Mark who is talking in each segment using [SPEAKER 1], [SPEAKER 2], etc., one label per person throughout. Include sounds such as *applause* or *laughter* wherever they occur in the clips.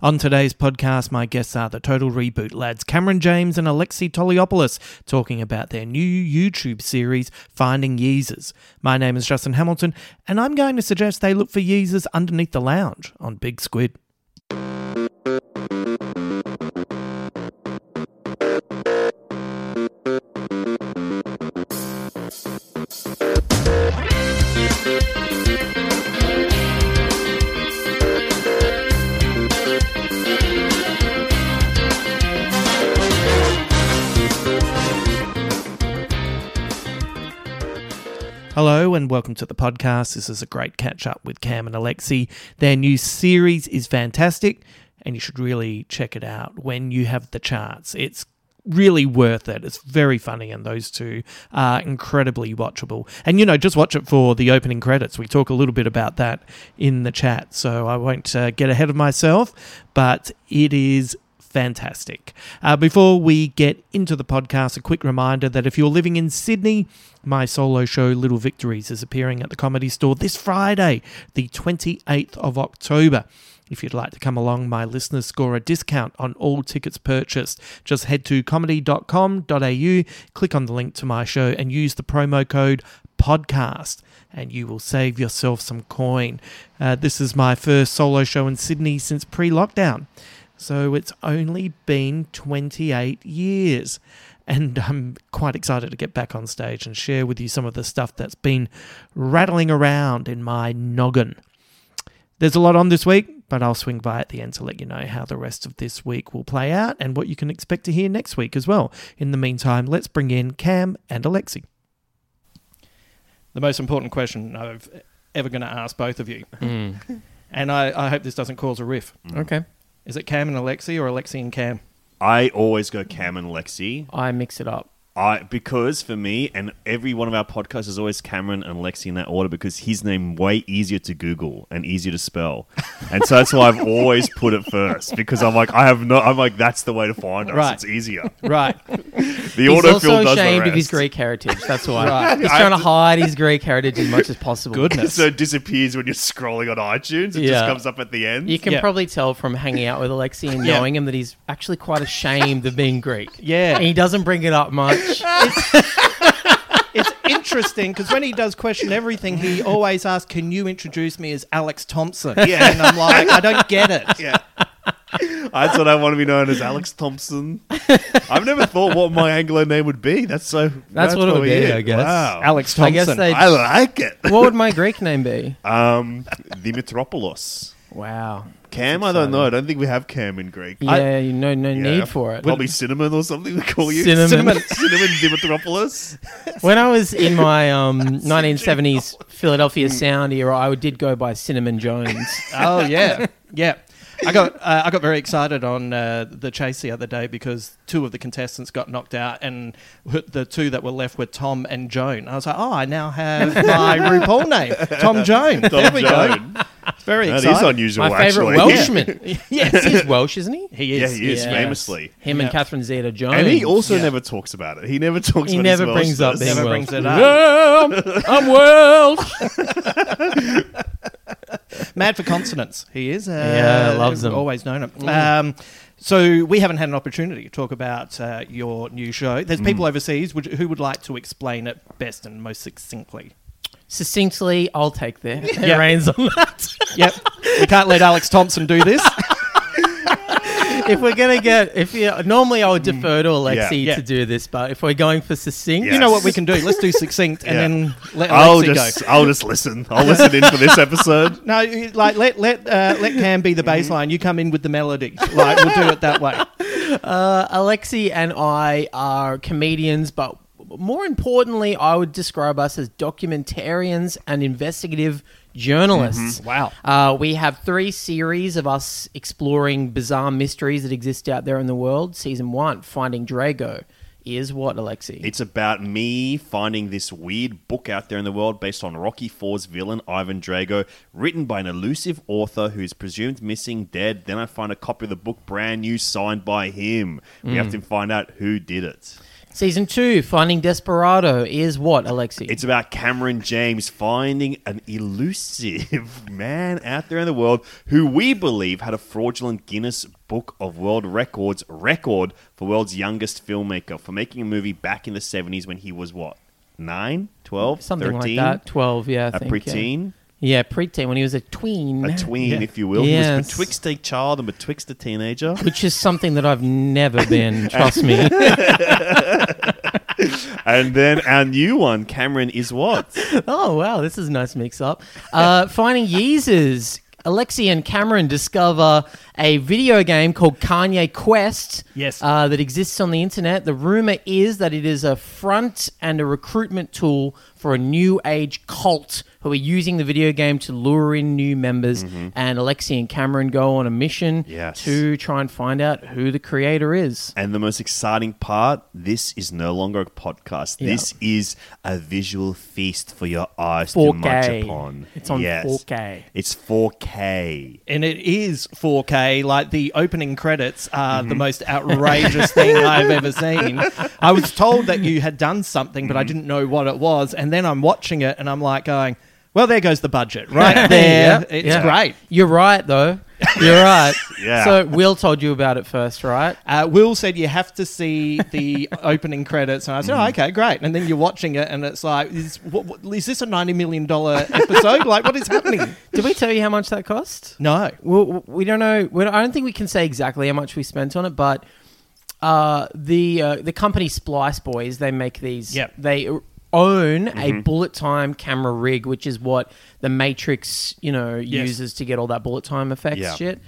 [SPEAKER 1] On today's podcast, my guests are the Total Reboot lads Cameron James and Alexi Toliopoulos talking about their new YouTube series, Finding Yeezers. My name is Justin Hamilton, and I'm going to suggest they look for Yeezers underneath the lounge on Big Squid. Hello and welcome to the podcast. This is a great catch up with Cam and Alexi. Their new series is fantastic and you should really check it out when you have the chance. It's really worth it. It's very funny and those two are incredibly watchable. And you know, just watch it for the opening credits. We talk a little bit about that in the chat, so I won't uh, get ahead of myself, but it is fantastic. Uh, before we get into the podcast, a quick reminder that if you're living in Sydney, my solo show Little Victories is appearing at the comedy store this Friday, the 28th of October. If you'd like to come along, my listeners score a discount on all tickets purchased. Just head to comedy.com.au, click on the link to my show, and use the promo code podcast and you will save yourself some coin. Uh, this is my first solo show in Sydney since pre lockdown. So it's only been 28 years. And I'm quite excited to get back on stage and share with you some of the stuff that's been rattling around in my noggin. There's a lot on this week, but I'll swing by at the end to let you know how the rest of this week will play out and what you can expect to hear next week as well. In the meantime, let's bring in Cam and Alexi. The most important question I'm ever going to ask both of you, *laughs* and I, I hope this doesn't cause a riff.
[SPEAKER 2] Okay.
[SPEAKER 1] Is it Cam and Alexi or Alexi and Cam?
[SPEAKER 3] I always go Cam and Lexi.
[SPEAKER 2] I mix it up.
[SPEAKER 3] I because for me and every one of our podcasts is always Cameron and Lexi in that order because his name way easier to Google and easier to spell, and so that's
[SPEAKER 2] *laughs*
[SPEAKER 3] why I've always put it first because I'm like I have no I'm like that's the way to find us.
[SPEAKER 1] Right.
[SPEAKER 3] It's
[SPEAKER 2] *laughs*
[SPEAKER 3] easier.
[SPEAKER 1] Right.
[SPEAKER 3] The
[SPEAKER 2] He's
[SPEAKER 3] autofill
[SPEAKER 2] also
[SPEAKER 3] does
[SPEAKER 2] ashamed
[SPEAKER 3] the
[SPEAKER 2] of his
[SPEAKER 3] rest.
[SPEAKER 2] Greek heritage. That's why
[SPEAKER 1] *laughs* Right.
[SPEAKER 2] he's trying to hide his Greek heritage as much as possible.
[SPEAKER 1] Goodness.
[SPEAKER 3] so it disappears when you're scrolling on iTunes. It just
[SPEAKER 2] Yeah.
[SPEAKER 3] comes up at the end.
[SPEAKER 2] You can
[SPEAKER 1] Yeah.
[SPEAKER 2] probably tell from hanging out with Alexi and
[SPEAKER 1] Yeah.
[SPEAKER 2] knowing him that he's actually quite ashamed of being Greek.
[SPEAKER 1] *laughs* Yeah.
[SPEAKER 2] And he doesn't bring it up much.
[SPEAKER 1] it's interesting because when he does question everything, he always asks, "Can you introduce me as Alex Thompson?"
[SPEAKER 2] *laughs*
[SPEAKER 3] Yeah.
[SPEAKER 1] and I'm *laughs* like, I don't get it.
[SPEAKER 3] yeah. That's what I want to be known as Alex Thompson. I've never thought what my Anglo name would be. That's so.
[SPEAKER 2] That's what it would
[SPEAKER 3] probably
[SPEAKER 2] be, I guess.
[SPEAKER 3] Wow.
[SPEAKER 1] Alex
[SPEAKER 2] *laughs* I
[SPEAKER 1] Thompson.
[SPEAKER 2] guess they.
[SPEAKER 3] I like it.
[SPEAKER 2] what would my Greek
[SPEAKER 3] *laughs*
[SPEAKER 2] name be?
[SPEAKER 3] Um, Dimitropoulos.
[SPEAKER 2] Wow.
[SPEAKER 3] Cam, I don't know. I don't think we have Cam in Greek.
[SPEAKER 2] Yeah,
[SPEAKER 3] I-
[SPEAKER 2] you no no
[SPEAKER 3] Yeah.
[SPEAKER 2] need for it.
[SPEAKER 3] Probably cinnamon or something. We call you
[SPEAKER 2] Cinnamon.
[SPEAKER 3] cinnamon, cinnamon
[SPEAKER 2] *laughs*
[SPEAKER 3] Dimitropoulos.
[SPEAKER 2] When I was in
[SPEAKER 3] *laughs*
[SPEAKER 2] my um,
[SPEAKER 3] Mm. *laughs*
[SPEAKER 2] 1970s Philadelphia Sound era, I did go by Cinnamon Jones.
[SPEAKER 1] oh yeah, yeah. I got uh, I got very excited on uh, the chase the other day because two of the contestants got knocked out, and the two that were left were Tom and Joan. I was like, oh, I now have my RuPaul name, Tom Joan. there we
[SPEAKER 3] Joan.
[SPEAKER 1] go. It's very
[SPEAKER 3] That
[SPEAKER 1] exciting.
[SPEAKER 3] is unusual,
[SPEAKER 2] My
[SPEAKER 3] Oh, actually.
[SPEAKER 2] favorite Welshman. *laughs* yes, he's Welsh, isn't he?
[SPEAKER 1] He
[SPEAKER 3] Yeah,
[SPEAKER 1] is.
[SPEAKER 3] he is
[SPEAKER 2] Yes.
[SPEAKER 3] famously.
[SPEAKER 2] Him and Catherine Zeta-Jones.
[SPEAKER 3] And he also never talks about it. He never talks
[SPEAKER 2] He
[SPEAKER 3] about
[SPEAKER 2] never
[SPEAKER 3] his Welsh
[SPEAKER 2] brings up
[SPEAKER 3] ness.
[SPEAKER 2] being
[SPEAKER 1] Never
[SPEAKER 2] Welsh.
[SPEAKER 1] brings it up.
[SPEAKER 2] Yeah, I'm, I'm Welsh.
[SPEAKER 1] Mad for consonants. He is. Uh,
[SPEAKER 2] Yeah, loves them.
[SPEAKER 1] Always known him. Um, so we haven't had an opportunity to talk about uh, your new show. There's people overseas would, who would like to explain it best and most succinctly.
[SPEAKER 2] *laughs* Succinctly, I'll take the
[SPEAKER 1] Yeah.
[SPEAKER 2] yeah. reins on that.
[SPEAKER 1] Yep, we can't let Alex Thompson do this.
[SPEAKER 2] *laughs* if we're gonna get, if you normally I would defer to Alexi
[SPEAKER 1] Yeah.
[SPEAKER 2] to do this, but if we're going for succinct,
[SPEAKER 3] Yeah.
[SPEAKER 1] You know what we can do. Let's do succinct and
[SPEAKER 3] Yeah.
[SPEAKER 1] then let
[SPEAKER 3] I'll
[SPEAKER 1] Alexi
[SPEAKER 3] just,
[SPEAKER 1] go.
[SPEAKER 3] I'll just listen. I'll listen in for this
[SPEAKER 2] *laughs*
[SPEAKER 3] episode.
[SPEAKER 1] No, you- like let let uh, let Cam be the bass line. You come in with the melody. Like we'll do it that way.
[SPEAKER 2] Alexi and I are comedians, but more importantly, I would describe us as documentarians and investigative journalists.
[SPEAKER 3] Mm-hmm.
[SPEAKER 1] Wow.
[SPEAKER 2] Uh, we have three series of us exploring bizarre mysteries that exist out there in the world. Season one, Finding Drago, is what, Alexi?
[SPEAKER 3] It's about me finding this weird book out there in the world based on Rocky IV's villain Ivan Drago, written by an elusive author who is presumed missing, dead. Then I find a copy of the book, brand new, signed by him. We have to find out who did it.
[SPEAKER 2] Season two, Finding Desperado, is what, Alexi?
[SPEAKER 3] It's about Cameron James finding an elusive *laughs* man out there in the world who we believe had a fraudulent Guinness Book of World Records record for world's youngest filmmaker for making a movie back in the 70s when he was what? 9, 12,
[SPEAKER 2] something
[SPEAKER 3] 13?
[SPEAKER 2] like that. Twelve, yeah,
[SPEAKER 3] A
[SPEAKER 2] I think. yeah.
[SPEAKER 3] preteen?
[SPEAKER 2] Yeah, preteen when he was a tween.
[SPEAKER 3] A tween, if you will. He was
[SPEAKER 2] Yes.
[SPEAKER 3] betwixt a child and betwixt a teenager.
[SPEAKER 2] which is something that I've never been. Trust me.
[SPEAKER 3] and then our new one, Cameron, is what?
[SPEAKER 2] oh wow, this is a nice mix-up. Uh, finding Yeezers. Alexi and Cameron discover a video game called Kanye Quest.
[SPEAKER 1] Yes.
[SPEAKER 2] uh, that exists on the internet. The rumor is that it is a front and a recruitment tool for a new age cult who are using the video game to lure in new members. And Alexi and Cameron go on a mission
[SPEAKER 3] Yes.
[SPEAKER 2] to try and find out who the creator is.
[SPEAKER 3] And the most exciting part this is no longer a podcast. This is a visual feast for your eyes to
[SPEAKER 2] 4K.
[SPEAKER 3] munch upon.
[SPEAKER 2] It's on 4K.
[SPEAKER 3] It's 4K.
[SPEAKER 1] And it is 4K. Like the opening credits are the most outrageous thing I've ever seen. I was told that you had done something, but I didn't know what it was. And then I'm watching it, and I'm like going, "Well, there goes the budget right there.
[SPEAKER 2] Yeah,
[SPEAKER 1] It's
[SPEAKER 2] yeah.
[SPEAKER 1] great."
[SPEAKER 2] You're right, though. You're right.
[SPEAKER 3] *laughs* Yeah.
[SPEAKER 2] So Will told you about it first, right?
[SPEAKER 1] Uh, Will said you have to see the *laughs* opening credits, and I said, "Oh,
[SPEAKER 2] Mm.
[SPEAKER 1] okay, great." And then you're watching it, and it's like, "Is, what, what, is this a ninety million dollar episode? like, what is
[SPEAKER 2] *laughs*
[SPEAKER 1] happening?"
[SPEAKER 2] Did we tell you how much that cost?
[SPEAKER 1] No,
[SPEAKER 2] Well, we don't know. We don't, I don't think we can say exactly how much we spent on it, but uh, the uh, the company Splice Boys they make these.
[SPEAKER 1] Yep.
[SPEAKER 2] They own
[SPEAKER 3] Mm-hmm.
[SPEAKER 2] a bullet time camera rig, which is what the Matrix you know
[SPEAKER 1] Yes.
[SPEAKER 2] uses to get all that bullet time effects
[SPEAKER 3] Yeah.
[SPEAKER 2] shit.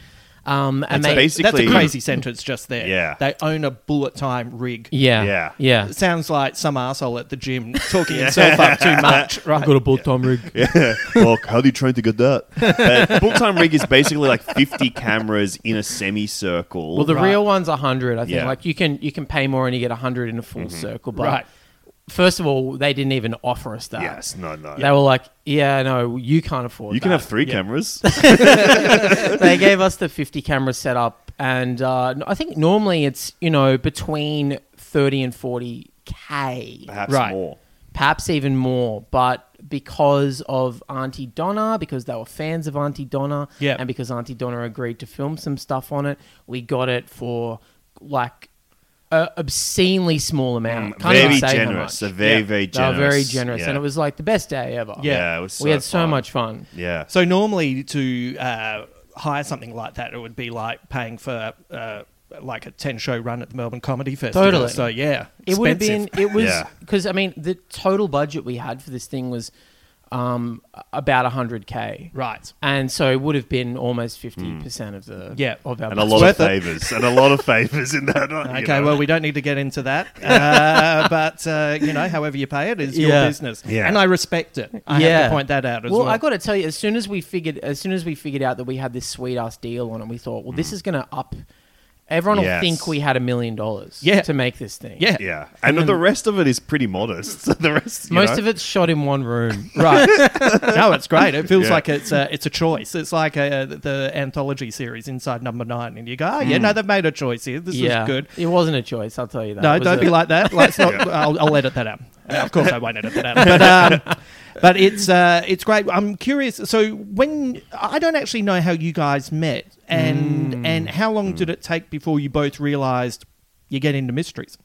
[SPEAKER 2] Um, and
[SPEAKER 3] That's
[SPEAKER 2] they,
[SPEAKER 3] basi-
[SPEAKER 1] that's a
[SPEAKER 3] Basically-
[SPEAKER 1] crazy sentence just there.
[SPEAKER 3] Yeah.
[SPEAKER 1] they own a bullet time rig.
[SPEAKER 2] yeah,
[SPEAKER 3] Yeah.
[SPEAKER 2] yeah.
[SPEAKER 1] It sounds like some asshole at the
[SPEAKER 2] *laughs*
[SPEAKER 1] gym talking himself up too much, right?
[SPEAKER 2] a bullet time rig.
[SPEAKER 3] Yeah. *laughs* Look, how do you train to get that? Uh,
[SPEAKER 2] *laughs*
[SPEAKER 3] Full time rig is basically like 50 cameras in a semicircle.
[SPEAKER 2] Well, the
[SPEAKER 1] Right.
[SPEAKER 2] real one's a hundred. I think.
[SPEAKER 3] Yeah. Mm-hmm.
[SPEAKER 2] Like you can you can pay more and you get a hundred in a full circle. But
[SPEAKER 1] Right.
[SPEAKER 2] first of all, they didn't even offer us that.
[SPEAKER 3] yes, no, no.
[SPEAKER 2] They were like, yeah, no, you can't afford.
[SPEAKER 3] you can
[SPEAKER 2] that."
[SPEAKER 3] have three
[SPEAKER 2] *laughs*
[SPEAKER 3] cameras. *laughs*
[SPEAKER 2] they gave us the fifty camera setup, and uh, I think normally it's you know between thirty and forty k,
[SPEAKER 3] Perhaps
[SPEAKER 1] Right.
[SPEAKER 3] more.
[SPEAKER 2] perhaps even more, but. Because of Auntie Donna, because they were fans of Auntie Donna,
[SPEAKER 1] Yeah.
[SPEAKER 2] and because Auntie Donna agreed to film some stuff on it, we got it for like a obscenely small amount. Can't even
[SPEAKER 3] Mm, very
[SPEAKER 2] say how
[SPEAKER 3] generous.
[SPEAKER 2] much.
[SPEAKER 3] They're very,
[SPEAKER 1] Yeah.
[SPEAKER 3] very
[SPEAKER 2] They were
[SPEAKER 3] generous.
[SPEAKER 2] very generous,
[SPEAKER 3] Yeah.
[SPEAKER 2] and it was like the best day ever.
[SPEAKER 3] Yeah, it was so
[SPEAKER 2] we had so
[SPEAKER 3] fun.
[SPEAKER 2] much fun.
[SPEAKER 3] Yeah.
[SPEAKER 1] So normally to uh, hire something like that, it would be like paying for uh, like a ten show run at the Melbourne Comedy Festival.
[SPEAKER 2] Totally.
[SPEAKER 1] So yeah,
[SPEAKER 2] It would have
[SPEAKER 1] expensive.
[SPEAKER 2] been. It was
[SPEAKER 3] Yeah.
[SPEAKER 2] because I mean the total budget we had for this thing was um, about 100k.
[SPEAKER 1] Right.
[SPEAKER 2] And so it would have been almost 50% of the
[SPEAKER 1] Yeah.
[SPEAKER 2] of our
[SPEAKER 3] Hmm. and a
[SPEAKER 2] budget.
[SPEAKER 3] lot of
[SPEAKER 1] worth it.
[SPEAKER 3] favors, and a lot of *laughs* favors in that.
[SPEAKER 1] Okay, well, we don't need to get into that. *laughs* Uh, but, uh, you know, however you pay it is your
[SPEAKER 2] Yeah.
[SPEAKER 1] business.
[SPEAKER 3] Yeah.
[SPEAKER 1] And I respect it. I have to point that out as well.
[SPEAKER 2] I got to tell you, as soon as we figured, as soon as we figured out that we had this sweet ass deal on it, we thought, well, this is going to up. Everyone
[SPEAKER 3] Hmm. Yes.
[SPEAKER 2] will think we had a million dollars
[SPEAKER 1] Yeah.
[SPEAKER 2] to make this thing.
[SPEAKER 1] yeah.
[SPEAKER 2] *laughs*
[SPEAKER 1] *laughs*
[SPEAKER 3] yeah, and the rest of it is pretty modest. *laughs* the rest, you
[SPEAKER 2] Most
[SPEAKER 3] know?
[SPEAKER 2] of it's shot in one room.
[SPEAKER 1] *laughs* Right. no, it's great. It feels
[SPEAKER 3] Yeah.
[SPEAKER 1] like it's a, it's a choice. It's like a, the anthology series Inside Number Nine. And you go, oh, yeah, no, they've made a choice here. This
[SPEAKER 2] Mm. yeah.
[SPEAKER 1] is good.
[SPEAKER 2] It wasn't a choice, I'll tell you that. It
[SPEAKER 1] No,
[SPEAKER 2] was
[SPEAKER 1] don't
[SPEAKER 2] a-
[SPEAKER 1] be like that. Let's
[SPEAKER 3] *laughs*
[SPEAKER 1] not. I'll, I'll edit that out. Uh, of course, I won't edit that out. But, um, but it's uh, it's great. I'm curious. So when I don't actually know how you guys met, and
[SPEAKER 3] Hmm.
[SPEAKER 1] and how long did it take before you both realised you get into mysteries?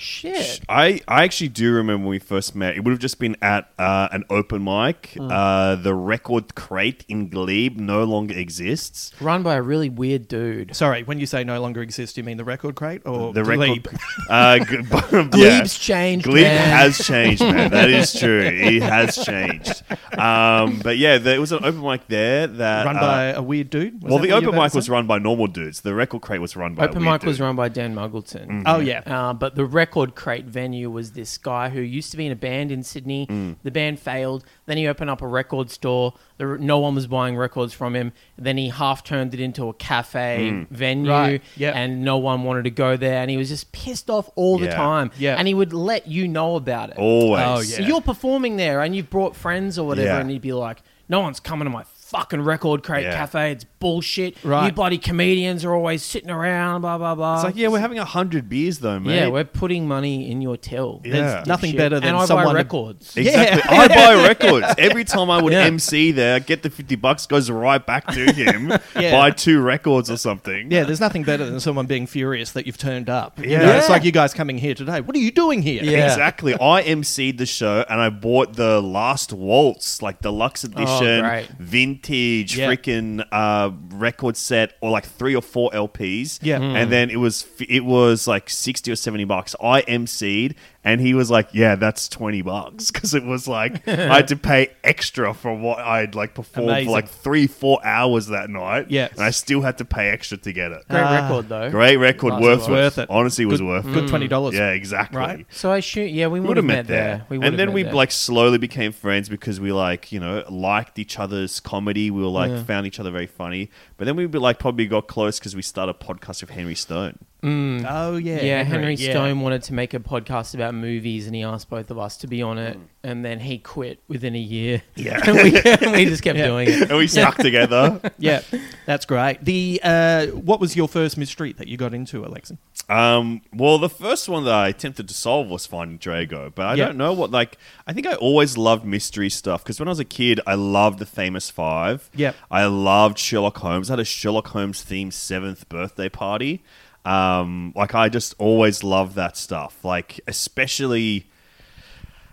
[SPEAKER 2] Shit.
[SPEAKER 3] I, I actually do remember when we first met. It would have just been at uh, an open mic.
[SPEAKER 1] Hmm.
[SPEAKER 3] Uh, the record crate in Glebe no longer exists.
[SPEAKER 2] Run by a really weird dude.
[SPEAKER 1] Sorry, when you say no longer exists, do you mean the record crate or
[SPEAKER 3] The
[SPEAKER 1] Glebe? *laughs*
[SPEAKER 3] record, uh, g- *laughs* yeah.
[SPEAKER 2] Glebe's changed.
[SPEAKER 3] Glebe
[SPEAKER 2] man.
[SPEAKER 3] has changed,
[SPEAKER 2] *laughs*
[SPEAKER 3] man. That is true. It has changed. Um, but yeah, there was an open mic there that
[SPEAKER 1] Run
[SPEAKER 3] uh,
[SPEAKER 1] by a weird dude. Was
[SPEAKER 3] well,
[SPEAKER 1] that what
[SPEAKER 3] the
[SPEAKER 1] you
[SPEAKER 3] open
[SPEAKER 1] were about
[SPEAKER 3] mic
[SPEAKER 1] to
[SPEAKER 3] was
[SPEAKER 1] say?
[SPEAKER 3] run by normal dudes. The record crate was run by a
[SPEAKER 2] Open
[SPEAKER 3] weird
[SPEAKER 2] mic was
[SPEAKER 3] dude.
[SPEAKER 2] run by Dan Muggleton.
[SPEAKER 1] Oh yeah.
[SPEAKER 2] Uh, but the record crate venue was this guy who used to be in a band in Sydney. The band failed. Then he opened up a record store. There, no one was buying records from him. Then he half turned it into a cafe venue,
[SPEAKER 1] Right, yep.
[SPEAKER 2] and no one wanted to go there. And he was just pissed off all the
[SPEAKER 3] Yeah,
[SPEAKER 2] time.
[SPEAKER 1] yeah.
[SPEAKER 2] and he would let you know about it.
[SPEAKER 3] Always.
[SPEAKER 1] Oh,
[SPEAKER 2] So
[SPEAKER 1] yeah.
[SPEAKER 2] you're performing there, and you've brought friends or whatever,
[SPEAKER 3] Yeah.
[SPEAKER 2] and he'd be like, "No one's coming to my." Fucking record crate
[SPEAKER 3] Yeah.
[SPEAKER 2] cafe, it's bullshit.
[SPEAKER 1] Right.
[SPEAKER 2] You bloody comedians are always sitting around, blah blah blah.
[SPEAKER 3] It's like, yeah, we're having a hundred beers though, man.
[SPEAKER 2] Yeah, we're putting money in your till.
[SPEAKER 3] Yeah.
[SPEAKER 2] That's
[SPEAKER 1] Nothing
[SPEAKER 2] dipshit.
[SPEAKER 1] better than
[SPEAKER 2] and I
[SPEAKER 1] someone
[SPEAKER 2] buy
[SPEAKER 1] to-
[SPEAKER 2] records.
[SPEAKER 3] Exactly. I buy records.
[SPEAKER 1] *laughs*
[SPEAKER 3] Every time I would MC there, get the 50 bucks, goes right back to him,
[SPEAKER 1] *laughs* Yeah.
[SPEAKER 3] buy two records or something.
[SPEAKER 1] Yeah, there's nothing better than someone being furious that you've turned up. You
[SPEAKER 3] Yeah.
[SPEAKER 1] know, it's
[SPEAKER 2] Yeah.
[SPEAKER 1] like you guys coming here today. What are you doing here?
[SPEAKER 2] Yeah.
[SPEAKER 3] Exactly. I MC'd the show and I bought the last waltz, like deluxe edition,
[SPEAKER 2] great.
[SPEAKER 3] vintage
[SPEAKER 1] Oh, Yeah.
[SPEAKER 3] freaking uh, record set, or like three or four LPs.
[SPEAKER 1] Yeah. Mm.
[SPEAKER 3] And then it was f- it was like sixty or seventy bucks. I MC'd and he was like, "Yeah, that's twenty bucks," *laughs* because it was like I had to pay extra for what I'd like performed
[SPEAKER 1] Amazing.
[SPEAKER 3] for like three four hours that night.
[SPEAKER 1] Yeah.
[SPEAKER 3] and I still had to pay extra to get it.
[SPEAKER 2] Great
[SPEAKER 1] Ah.
[SPEAKER 2] record though.
[SPEAKER 3] Great record,
[SPEAKER 1] Nice.
[SPEAKER 3] worth,
[SPEAKER 1] It's worth
[SPEAKER 3] it.
[SPEAKER 1] it.
[SPEAKER 3] Honestly, it was
[SPEAKER 1] Good-
[SPEAKER 3] worth it.
[SPEAKER 1] good $20.
[SPEAKER 3] Yeah, exactly
[SPEAKER 1] Right?
[SPEAKER 2] So I shoot. Yeah, we would have met there. We
[SPEAKER 3] and
[SPEAKER 2] would've
[SPEAKER 3] then
[SPEAKER 2] met
[SPEAKER 3] we
[SPEAKER 2] there.
[SPEAKER 3] like slowly became friends because we like you know liked each other's comedy. We were like found each other very funny. But then we like probably got close because we started a podcast with Henry Stone.
[SPEAKER 1] Oh yeah.
[SPEAKER 2] Yeah, Henry
[SPEAKER 1] yeah.
[SPEAKER 2] Stone wanted to make a podcast about movies, and he asked both of us to be on it, and then he quit within a year. Yeah, *laughs* and we, and we just kept doing it.
[SPEAKER 3] And we stuck
[SPEAKER 2] *laughs*
[SPEAKER 3] together.
[SPEAKER 1] Yeah, *laughs* that's great. The uh, what was your first mystery that you got into, Alexa?
[SPEAKER 3] Um, well, the first one that I attempted to solve was Finding Drago, but I
[SPEAKER 1] Yeah.
[SPEAKER 3] don't know what like. I think I always loved mystery stuff because when I was a kid, I loved the Famous Five.
[SPEAKER 1] Yep.
[SPEAKER 3] I loved Sherlock Holmes. I had a Sherlock Holmes themed seventh birthday party. Um, like I just always loved that stuff. Like especially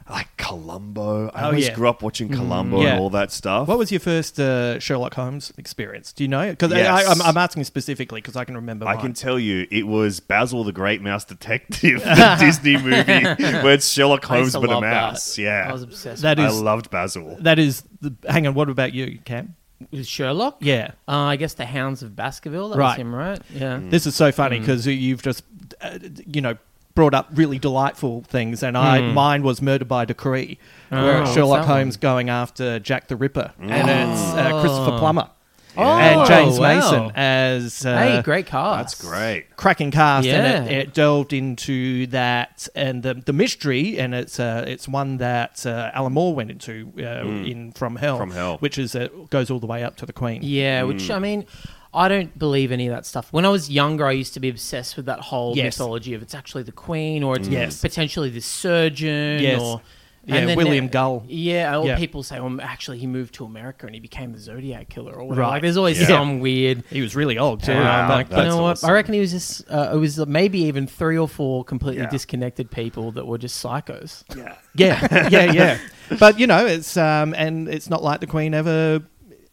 [SPEAKER 3] like Columbo. I
[SPEAKER 1] Oh,
[SPEAKER 3] always
[SPEAKER 1] yeah. Mm.
[SPEAKER 3] grew up watching Columbo
[SPEAKER 1] Yeah.
[SPEAKER 3] and all that stuff.
[SPEAKER 1] What was your first uh, Sherlock Holmes experience? Do you know? Because
[SPEAKER 3] Yes.
[SPEAKER 1] I'm, I'm asking specifically because I can remember.
[SPEAKER 3] I
[SPEAKER 1] mine.
[SPEAKER 3] can tell you, it was Basil the Great Mouse
[SPEAKER 2] *laughs*
[SPEAKER 3] Detective, the Disney movie where it's Sherlock
[SPEAKER 2] I used
[SPEAKER 3] Holmes
[SPEAKER 2] to
[SPEAKER 3] but a
[SPEAKER 2] love that.
[SPEAKER 3] mouse. Yeah,
[SPEAKER 2] I was obsessed
[SPEAKER 1] That
[SPEAKER 3] I
[SPEAKER 1] is-
[SPEAKER 3] loved Basil.
[SPEAKER 1] that is. The, hang on. What about you, Cam?
[SPEAKER 2] with Sherlock.
[SPEAKER 1] Yeah.
[SPEAKER 2] uh, I guess the Hounds of Baskerville. That
[SPEAKER 1] Right. Mm.
[SPEAKER 2] was him, right? Yeah.
[SPEAKER 1] This is so funny
[SPEAKER 2] Mm.
[SPEAKER 1] because you've just, uh, you know, brought up really delightful things, and I
[SPEAKER 2] Mm.
[SPEAKER 1] mine was Murder by Decree, where it's
[SPEAKER 2] what's
[SPEAKER 1] Sherlock
[SPEAKER 2] that one?
[SPEAKER 1] Holmes going after Jack the Ripper, and it's uh, Christopher Plummer
[SPEAKER 2] Mm. Oh,
[SPEAKER 1] and James
[SPEAKER 2] wow.
[SPEAKER 1] Mason as uh,
[SPEAKER 2] Hey, great cast.
[SPEAKER 3] That's great.
[SPEAKER 1] cracking cast, and it,
[SPEAKER 2] Yeah.
[SPEAKER 1] it delved into that and the, the mystery, and it's uh, it's one that uh, Alan Moore went into uh,
[SPEAKER 2] Mm.
[SPEAKER 1] in From Hell,
[SPEAKER 3] From Hell.
[SPEAKER 1] which is uh, goes all the way up to the Queen.
[SPEAKER 2] Yeah,
[SPEAKER 1] Hmm.
[SPEAKER 2] which I mean, I don't believe any of that stuff. When I was younger, I used to be obsessed with that whole
[SPEAKER 1] Yes.
[SPEAKER 2] mythology of it's actually the queen or it's
[SPEAKER 1] Yes.
[SPEAKER 2] potentially the surgeon
[SPEAKER 1] Yes.
[SPEAKER 2] or
[SPEAKER 1] Yeah, William Gull.
[SPEAKER 2] Yeah, or
[SPEAKER 1] Yeah.
[SPEAKER 2] people say, well, actually, he moved to America and he became the Zodiac killer or whatever.
[SPEAKER 1] Right.
[SPEAKER 2] Like, there's always
[SPEAKER 3] Yeah.
[SPEAKER 2] some weird.
[SPEAKER 1] He was really old too.
[SPEAKER 2] And I'm
[SPEAKER 1] I'm
[SPEAKER 2] like,
[SPEAKER 1] like,
[SPEAKER 2] you know what?
[SPEAKER 3] awesome.
[SPEAKER 2] I reckon he was just, uh, it was maybe even three or four completely
[SPEAKER 3] Yeah.
[SPEAKER 2] disconnected people that were just psychos. *laughs*
[SPEAKER 1] yeah, yeah, yeah. But you know, it's um, and it's not like the Queen ever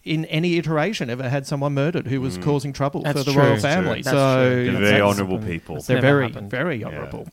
[SPEAKER 1] in any iteration ever had someone murdered who was causing trouble
[SPEAKER 2] That's
[SPEAKER 1] for the
[SPEAKER 2] true.
[SPEAKER 1] royal
[SPEAKER 2] That's
[SPEAKER 1] family.
[SPEAKER 2] true. That's
[SPEAKER 1] so
[SPEAKER 3] Mm.
[SPEAKER 2] true.
[SPEAKER 3] They're
[SPEAKER 1] that's-
[SPEAKER 3] very
[SPEAKER 1] that's-
[SPEAKER 3] honourable people.
[SPEAKER 2] That's
[SPEAKER 1] They're
[SPEAKER 2] never
[SPEAKER 1] very,
[SPEAKER 2] happened.
[SPEAKER 1] very
[SPEAKER 3] *laughs*
[SPEAKER 1] honourable.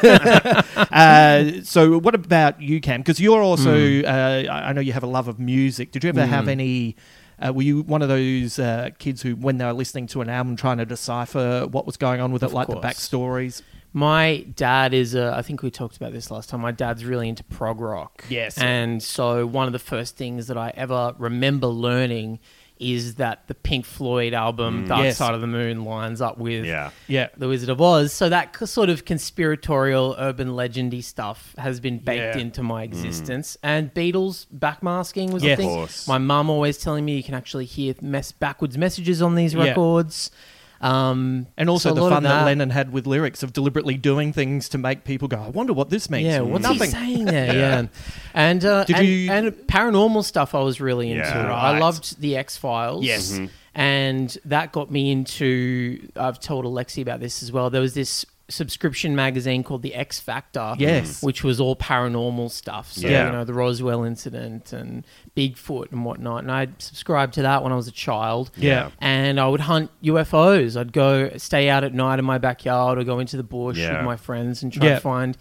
[SPEAKER 1] But- uh, so, what about you, Cam? Because you're also,
[SPEAKER 3] Hmm.
[SPEAKER 1] uh, I I know you have a love of music. Did you ever have any? Uh, were you one of those uh, kids who, when they were listening to an album, trying to decipher what was going on with it, like the
[SPEAKER 2] course.
[SPEAKER 1] backstories?
[SPEAKER 2] My dad is a. I think we talked about this last time. My dad's really into prog rock.
[SPEAKER 1] Yes.
[SPEAKER 2] And so one of the first things that I ever remember learning is that the Pink Floyd album Dark
[SPEAKER 1] Yes.
[SPEAKER 2] Side of the Moon lines up with
[SPEAKER 3] Yeah.
[SPEAKER 1] Yeah.
[SPEAKER 2] The Wizard of Oz. So that c- sort of conspiratorial, urban legendy stuff has been baked
[SPEAKER 1] Yeah.
[SPEAKER 2] into my existence. And Beatles backmasking was
[SPEAKER 1] Yes.
[SPEAKER 2] a thing.
[SPEAKER 3] Of course.
[SPEAKER 2] My mum always telling me you can actually hear mess backwards messages on these
[SPEAKER 1] Yeah.
[SPEAKER 2] records. Um,
[SPEAKER 1] And also
[SPEAKER 2] so a
[SPEAKER 1] the
[SPEAKER 2] lot of
[SPEAKER 1] fun that. Lennon had with lyrics of deliberately doing things to make people go, I wonder what this means.
[SPEAKER 2] Yeah, what's
[SPEAKER 1] Nothing.
[SPEAKER 2] he saying there? yeah, and uh,
[SPEAKER 1] Did
[SPEAKER 2] and,
[SPEAKER 1] you-
[SPEAKER 2] and paranormal stuff I was really into.
[SPEAKER 3] Yeah.
[SPEAKER 2] I
[SPEAKER 1] Right.
[SPEAKER 2] loved the X Files.
[SPEAKER 1] Yes. Mhm.
[SPEAKER 2] and that got me into. I've told Alexi about this as well. There was this subscription magazine called the X Factor. Mm-hmm.
[SPEAKER 1] Yes.
[SPEAKER 2] which was all paranormal stuff. So
[SPEAKER 3] Yeah.
[SPEAKER 2] you know the Roswell incident and Bigfoot and whatnot. And I subscribed to that when I was a child.
[SPEAKER 1] Yeah.
[SPEAKER 2] and I would hunt UFOs. I'd go stay out at night in my backyard or go into the bush
[SPEAKER 3] Yeah.
[SPEAKER 2] with my friends and try
[SPEAKER 1] Yeah.
[SPEAKER 2] to find